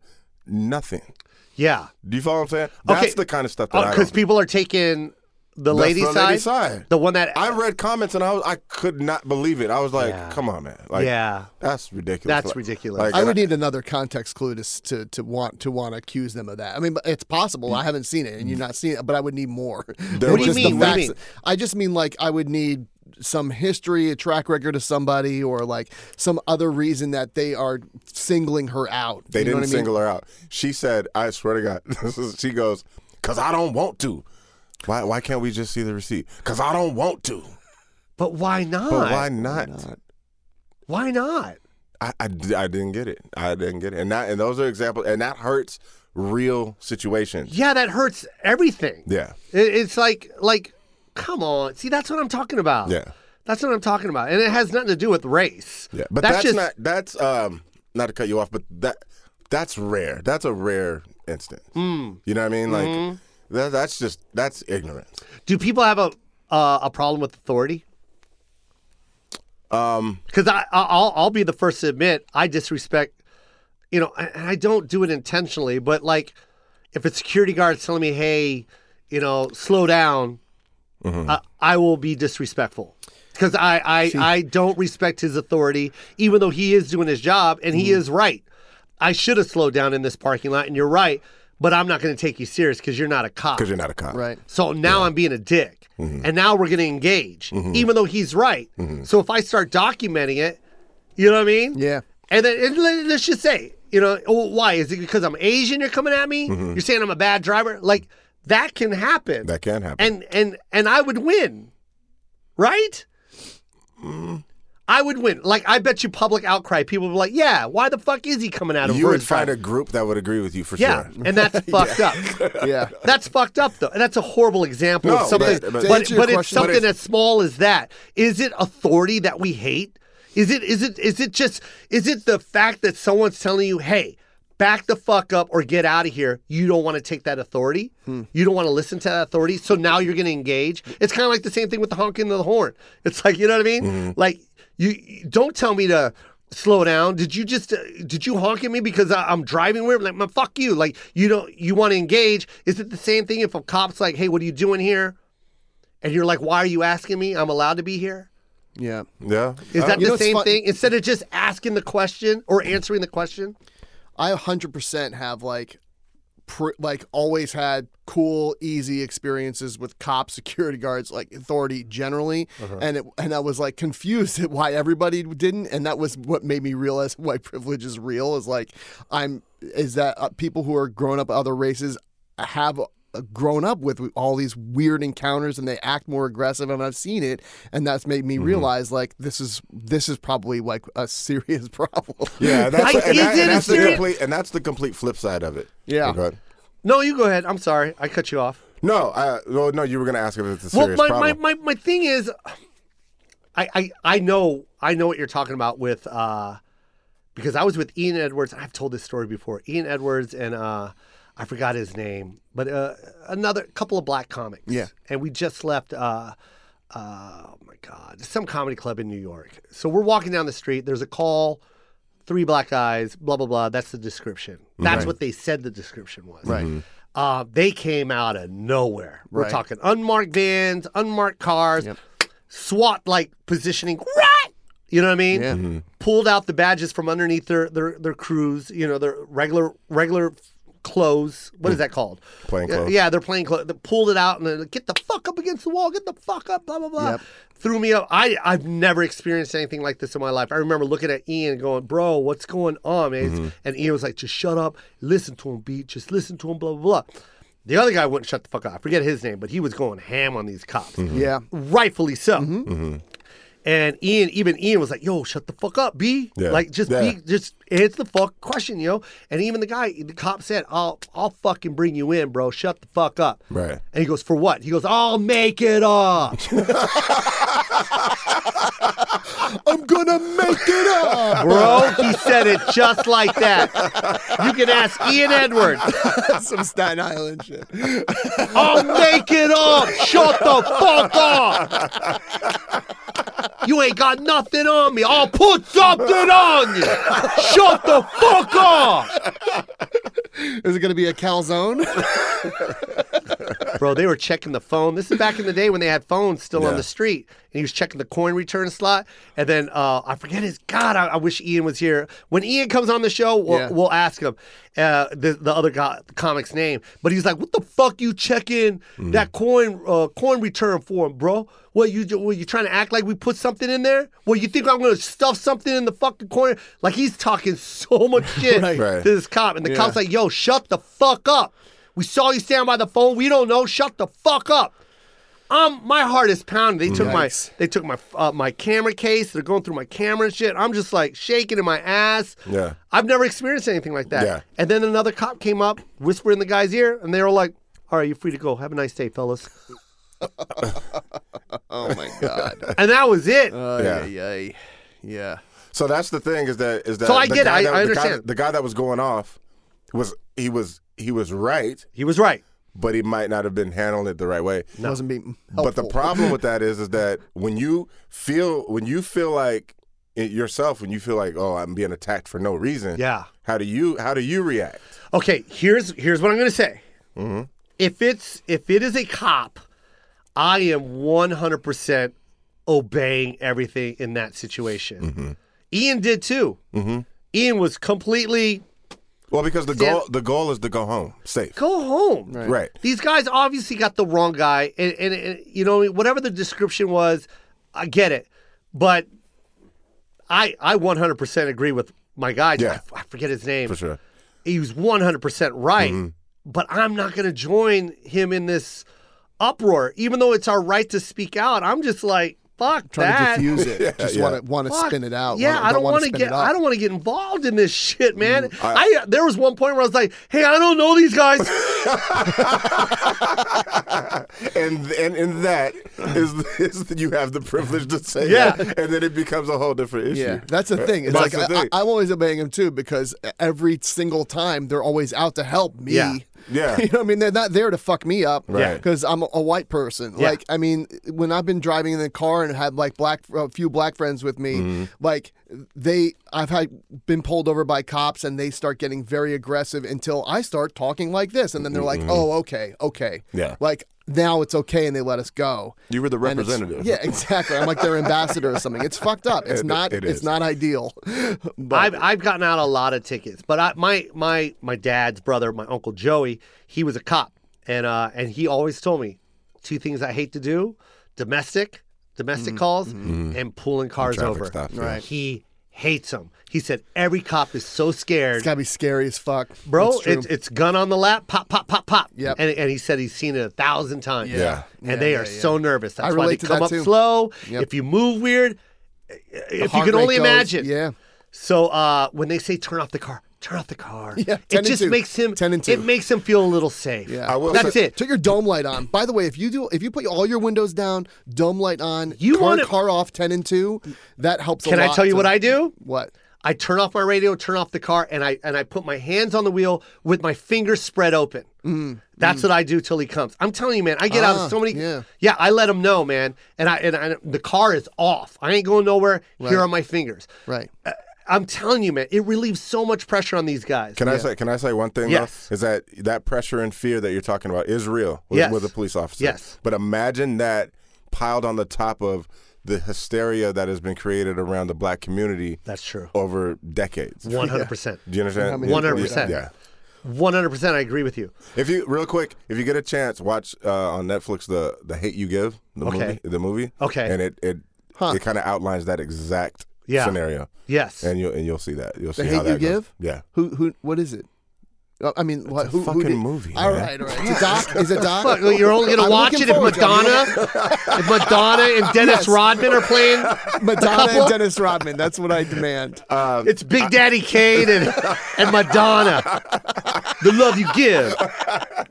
nothing.
yeah.
Do you follow what I'm saying? That's the kind of stuff that I
because Uh,
don't-
people are taking the
That's
lady
the
side,
lady side.
the one that
I read comments and I was, I could not believe it. I was like,
Yeah.
come on, man. Like,
Yeah.
That's ridiculous.
That's
Like-
ridiculous.
like,
I
and
would need another context clue to, s- to to want to want to accuse them of that. I mean, but it's possible. I haven't seen it, and you're not seeing it, but I would need more. than
What do you
just the
mean? What do you
facts.
mean?
I just mean like I would need some history, a track record of somebody, or like some other reason that they are singling her out.
They
You know
didn't
what I mean?
single her out. She said, "I swear to God," this is, she goes, "Cause I don't want to." Why? Why can't we just see the receipt? Cause I don't want to.
but why not?
But why not?
Why not?
I, I, d- I didn't get it. I didn't get it. And that and those are examples. And that hurts real situations.
Yeah, that hurts everything.
Yeah.
It, it's like like come on. See, that's what I'm talking about.
Yeah.
That's what I'm talking about. And it has nothing to do with race.
Yeah. But that's,
that's, just
not. That's um. Not to cut you off, but that that's rare. That's a rare instance. You know what I mean? Like that, that's just that's ignorance.
do people have a uh, a problem with authority? Um cuz I I- I'll I'll be the first to admit I disrespect you know, and I don't do it intentionally, but like if a security guard is telling me, "Hey, you know, slow down," I, I will be disrespectful because I I, I don't respect his authority, even though he is doing his job and he is right. I should have slowed down in this parking lot, and you're right, but I'm not going to take you serious because you're not a cop.
Because you're not a cop.
Right.
So now I'm being a dick.
Mm-hmm.
And now we're going to engage, even though he's right. So if I start documenting it, you know what I mean?
Yeah.
And then and let- let's just say, you know, oh, why? Is it because I'm Asian you're coming at me? You're saying I'm a bad driver? Like, That can happen.
Mm-hmm. That can happen.
and and and I would win, right?
Mm-hmm.
I would win. Like I bet you public outcry. People would be like, "Yeah, why the fuck is he coming out of?"
you would
Burns
find
Drive?
a group that would agree with you for
yeah,
sure.
and that's fucked up.
Yeah.
That's fucked up though, and that's a horrible example
No,
of something.
but-
But,
but-
To
but,
answer your
it's
question- but
something
it's-
as small as that. Is it authority that we hate? Is it is it is it just is it the fact that someone's telling you, hey, back the fuck up or get out of here? You don't want to take that authority.
Hmm.
You don't want to listen to that authority. So now you're going to engage. It's kind of like the same thing with the honking of the horn. It's like you know what I mean?
Mm-hmm.
Like you- you don't tell me to slow down. Did you just uh, did you honk at me because I, I'm driving weird? Like, man, fuck you. Like you don't you want to engage? Is it the same thing if a cop's like, hey, what are you doing here? And you're like, why are you asking me? I'm allowed to be here.
Yeah.
Yeah.
Is
Uh,
that
you know
the
what's
same
fun-
thing? Instead of just asking the question or answering the question,
I 100% have like pr- like always had cool easy experiences with cops security guards like authority generally and it, and I was like confused at why everybody didn't and that was what made me realize white privilege is real is like I'm is that uh, people who are grown up other races have uh, grown up with all these weird encounters and they act more aggressive and I've seen it and that's made me realize like this is this is probably like a serious problem
Yeah, that's,
Like, is
and, that-
it
and
a
that's the
serious-
complete and that's the complete flip side of it.
Yeah.
Okay.
no, you go ahead. I'm sorry, I cut you off.
No, I, well, no, you were gonna ask if it's a
Well,
serious
my, my,
problem.
my, my thing is, I, I I know I know what you're talking about with uh, because I was with Ian Edwards. I've told this story before. Ian Edwards and uh, I forgot his name, but uh, another couple of black comics.
Yeah.
and we just left. Uh, uh, oh my God, some comedy club in New York. So we're walking down the street. There's a call. Three black guys, blah blah blah. That's the description. That's what they said the description was. Right.
Mm-hmm.
Uh, they came out of nowhere. We're
Right.
talking unmarked vans, unmarked cars, SWAT like positioning. Right. You know what I mean?
Yeah.
Mm-hmm.
Pulled out the badges from underneath their their their crews. You know their regular regular clothes. What is that called?
Mm. Plain
Yeah,
clothes.
Yeah, they're playing clothes. They pulled it out and they're like, get the fuck up against the wall. Get the fuck up. Blah blah blah.
Yep.
Threw me up. I I've never experienced anything like this in my life. I remember looking at Ian going, bro, what's going on, man?
Mm-hmm.
And Ian was like, just shut up, listen to him, beat, just listen to him, blah blah blah. The other guy wouldn't shut the fuck up. I forget his name, but he was going ham on these cops
Mm-hmm.
yeah
rightfully so. And Ian, even Ian was like, "Yo, shut the fuck up, B.
Yeah.
Like, just
Yeah.
be, just answer the fuck question, yo." And even the guy, the cop said, "I'll, I'll fucking bring you in, bro. Shut the fuck up."
Right.
And he goes, "For what?" He goes, "I'll make it up."
I'm gonna make it up
Bro, he said it just like that. You can ask Ian Edwards.
some Staten Island shit.
I'll make it up. Shut the fuck up. You ain't got nothing on me. I'll put something on you. Shut the fuck up.
Is it gonna be a calzone?
Bro, they were checking the phone. This is back in the day when they had phones still on
Yeah.
the street. And he was checking the coin return slot. And then uh, I forget his God, I, I wish Ian was here. When Ian comes on the show, we'll,
Yeah.
we'll ask him uh, the, the other guy, comic's name. But he's like, What the fuck you checking
Mm.
that coin uh, coin return for, bro? What you do- what you trying to act like we put something in there? Well, you think I'm gonna stuff something in the fucking corner? Like he's talking so much shit
Right.
Right.
to this cop, and the cop's like, "Yo, shut the fuck up. We saw you stand by the phone. We don't know. Shut the fuck up." Um, my heart is pounding. They took
Yikes.
my they took my uh, my camera case. They're going through my camera and shit. I'm just like shaking in my ass.
Yeah.
I've never experienced anything like that.
Yeah.
And then another cop came up, whispered in the guy's ear, and they were like, "All right, you're free to go. Have a nice day, fellas."
Oh my god.
And that was it.
Yeah.
yeah. Yeah.
so that's the thing is that is that
So I
the
get it.
guy
I-
that,
I
the guy-
understand.
the guy that was going off was he was he was right,
he was right.
but he might not have been handling it the right way.
Wasn't being
But the problem with that is, is that when you feel when you feel like it yourself, when you feel like, oh, I'm being attacked for no reason.
Yeah.
How do you how do you react?
Okay, here's here's what I'm gonna say.
Mm-hmm.
If it's if it is a cop, I am 100 percent obeying everything in that situation.
Mm-hmm.
Ian did too. Ian was completely
Well, because the
Yeah.
goal the goal is to go home safe.
go home.
Right.
These guys obviously got the wrong guy, and, and, and you know whatever the description was, I get it, but I I 100 percent agree with my guy.
Yeah.
I, I forget his name
For sure.
Mm-hmm.
he was 100% right but I'm not going to join him in this uproar, even though it's our right to speak out. I'm just like, fuck
Trying
that.
to diffuse it. just
yeah.
want to want to
Fuck.
spin it out.
Yeah,
Wanna-
I don't
wanna
want to
spin
get.
it up. Mm-hmm.
I don't want to get involved in this shit, man. I,
I-
there was one point where I was like, "Hey, I don't know these guys."
and and and that is is that you have the privilege to say
Yeah.
that, and then it becomes a whole different issue.
Yeah, that's the thing. It's
That's
like
the
I,
thing.
I, am always obeying him too because every single time they're always out to help me.
Yeah.
Yeah.
you know what I mean. They're not there to fuck me up,
Right.
Because I'm a, a white person.
Yeah.
Like I mean, when I've been driving in the car and had like black a few black friends with me,
Mm-hmm.
like they I've had been pulled over by cops and they start getting very aggressive until I start talking like this and then they're like, oh okay, okay,
Mm-hmm. Yeah.
like now it's okay and they let us go.
You were the
And it's-
representative.
Yeah, exactly. I'm like their ambassador or something. It's fucked up. It's
It-
not.
it
it's
is.
not ideal. But
I've I've gotten out a lot of tickets, but I, my my my dad's brother, my uncle Joey, he was a cop, and uh and he always told me two things I hate to do: domestic
Mm-hmm.
domestic calls and pulling cars
Traffic
over.
stops, yeah. Right.
He hates them. He said every cop is so scared.
it's gotta be scary as fuck,
Bro,
That's true.
it's, it's gun on the lap, pop, pop, pop, pop.
Yep.
And, and he said he's seen it a thousand times.
Yeah.
And they are so nervous. That's why
I
they
relate to
come
that
up
too.
slow.
Yep.
If you move weird, if you
Heart
can
rate
only
goes-
imagine.
Yeah,
So uh, when they say turn off the car, turn off the car.
Yeah, 10
it
and
just
two.
makes him.
10 and two.
It makes him feel a little safe.
Yeah. I
will
That's
say-
it.
Turn your dome light on. By the way, if you do, if you put all your windows down, dome light on,
You
car,
wanna-
car off, ten and two, that helps.
Can
a
I
lot
tell you
to-
what I do?
What?
I turn off my radio, turn off the car, and I and I put my hands on the wheel with my fingers spread open. That's what I do till he comes. I'm telling you, man, I get out
Mm, Ah,
of so many.
yeah.
I let him know, man, and I and I, the car is off. I ain't going nowhere. Here are my fingers.
Right.
Uh, I'm telling you, man, it relieves so much pressure on these guys.
Can I say? Can I say one thing?
Yes.
Though? Is that that pressure and fear that you're talking about is real with,
Yes.
with a police officer?
Yes.
But imagine that piled on the top of the hysteria that has been created around the black community
That's true.
over decades.
One hundred percent.
Do you understand?
many
100%.
Yeah.
One hundred percent. I agree with you.
If you real quick, if you get a chance, watch uh, on Netflix the the Hate You Give, the
Okay.
movie, the movie.
Okay.
And it it it kind of outlines that exact
Yeah.
scenario,
Yes.
and you will and you'll see that you'll see
The
how
Hate
that
U
goes.
Give?
Yeah.
Who? Who? What is it? Uh, I mean, what?
a
who?
fucking
who did-
movie,
All
man.
right, all right. It's a doc. Is it doc?
Fuck, well, you're only gonna
I'm
watch
looking
it if
forward to
Madonna, if Madonna and Dennis Rodman are playing.
Madonna and Dennis Rodman. That's what I demand.
Um,
It's Big Daddy Kane and, and Madonna. The love you give.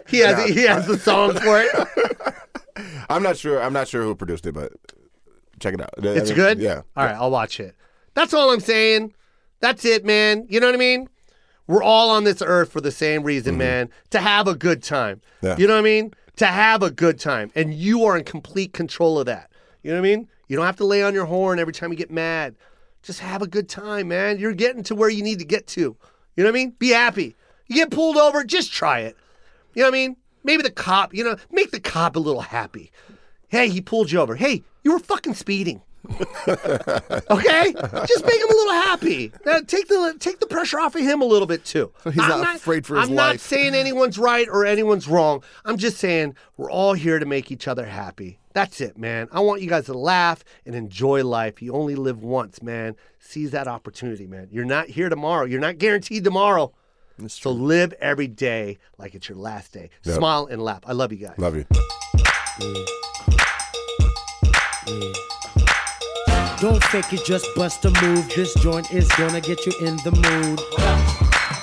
He has he has the song for it.
I'm not sure. I'm not sure who produced it, but check it out. I
It's
mean,
good.
Yeah.
All right, I'll watch it. That's all I'm saying. That's it, man. You know what I mean? We're all on this earth for the same reason, man. To have a good time.
Mm-hmm. Yeah.
You know what I mean? To have a good time, and you are in complete control of that. You know what I mean? You don't have to lay on your horn every time you get mad. Just have a good time, man. You're getting to where you need to get to. You know what I mean? Be happy. You get pulled over, just try it. You know what I mean? Maybe the cop, you know, make the cop a little happy. Hey, he pulled you over. Hey, you were fucking speeding. Okay, just make him a little happy. Now, take the take the pressure off of him a little bit too.
He's not afraid for his
I'm not
life.
saying anyone's right or anyone's wrong. I'm just saying we're all here to make each other happy. That's it, man. I want you guys to laugh and enjoy life. You only live once, man. Seize that opportunity, man. You're not here tomorrow. You're not guaranteed tomorrow. So live every day like it's your last day. Smile and laugh. I love you guys.
Love you.
Don't fake it, just bust a move. This joint is gonna get you in the mood.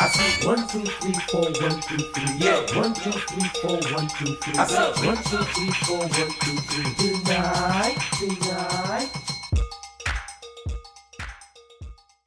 I see one, two, three, four, one, two, three. Yeah, one, two, three, four, one, two, three. I see one, two, three, four, one, two, three. Deny, deny.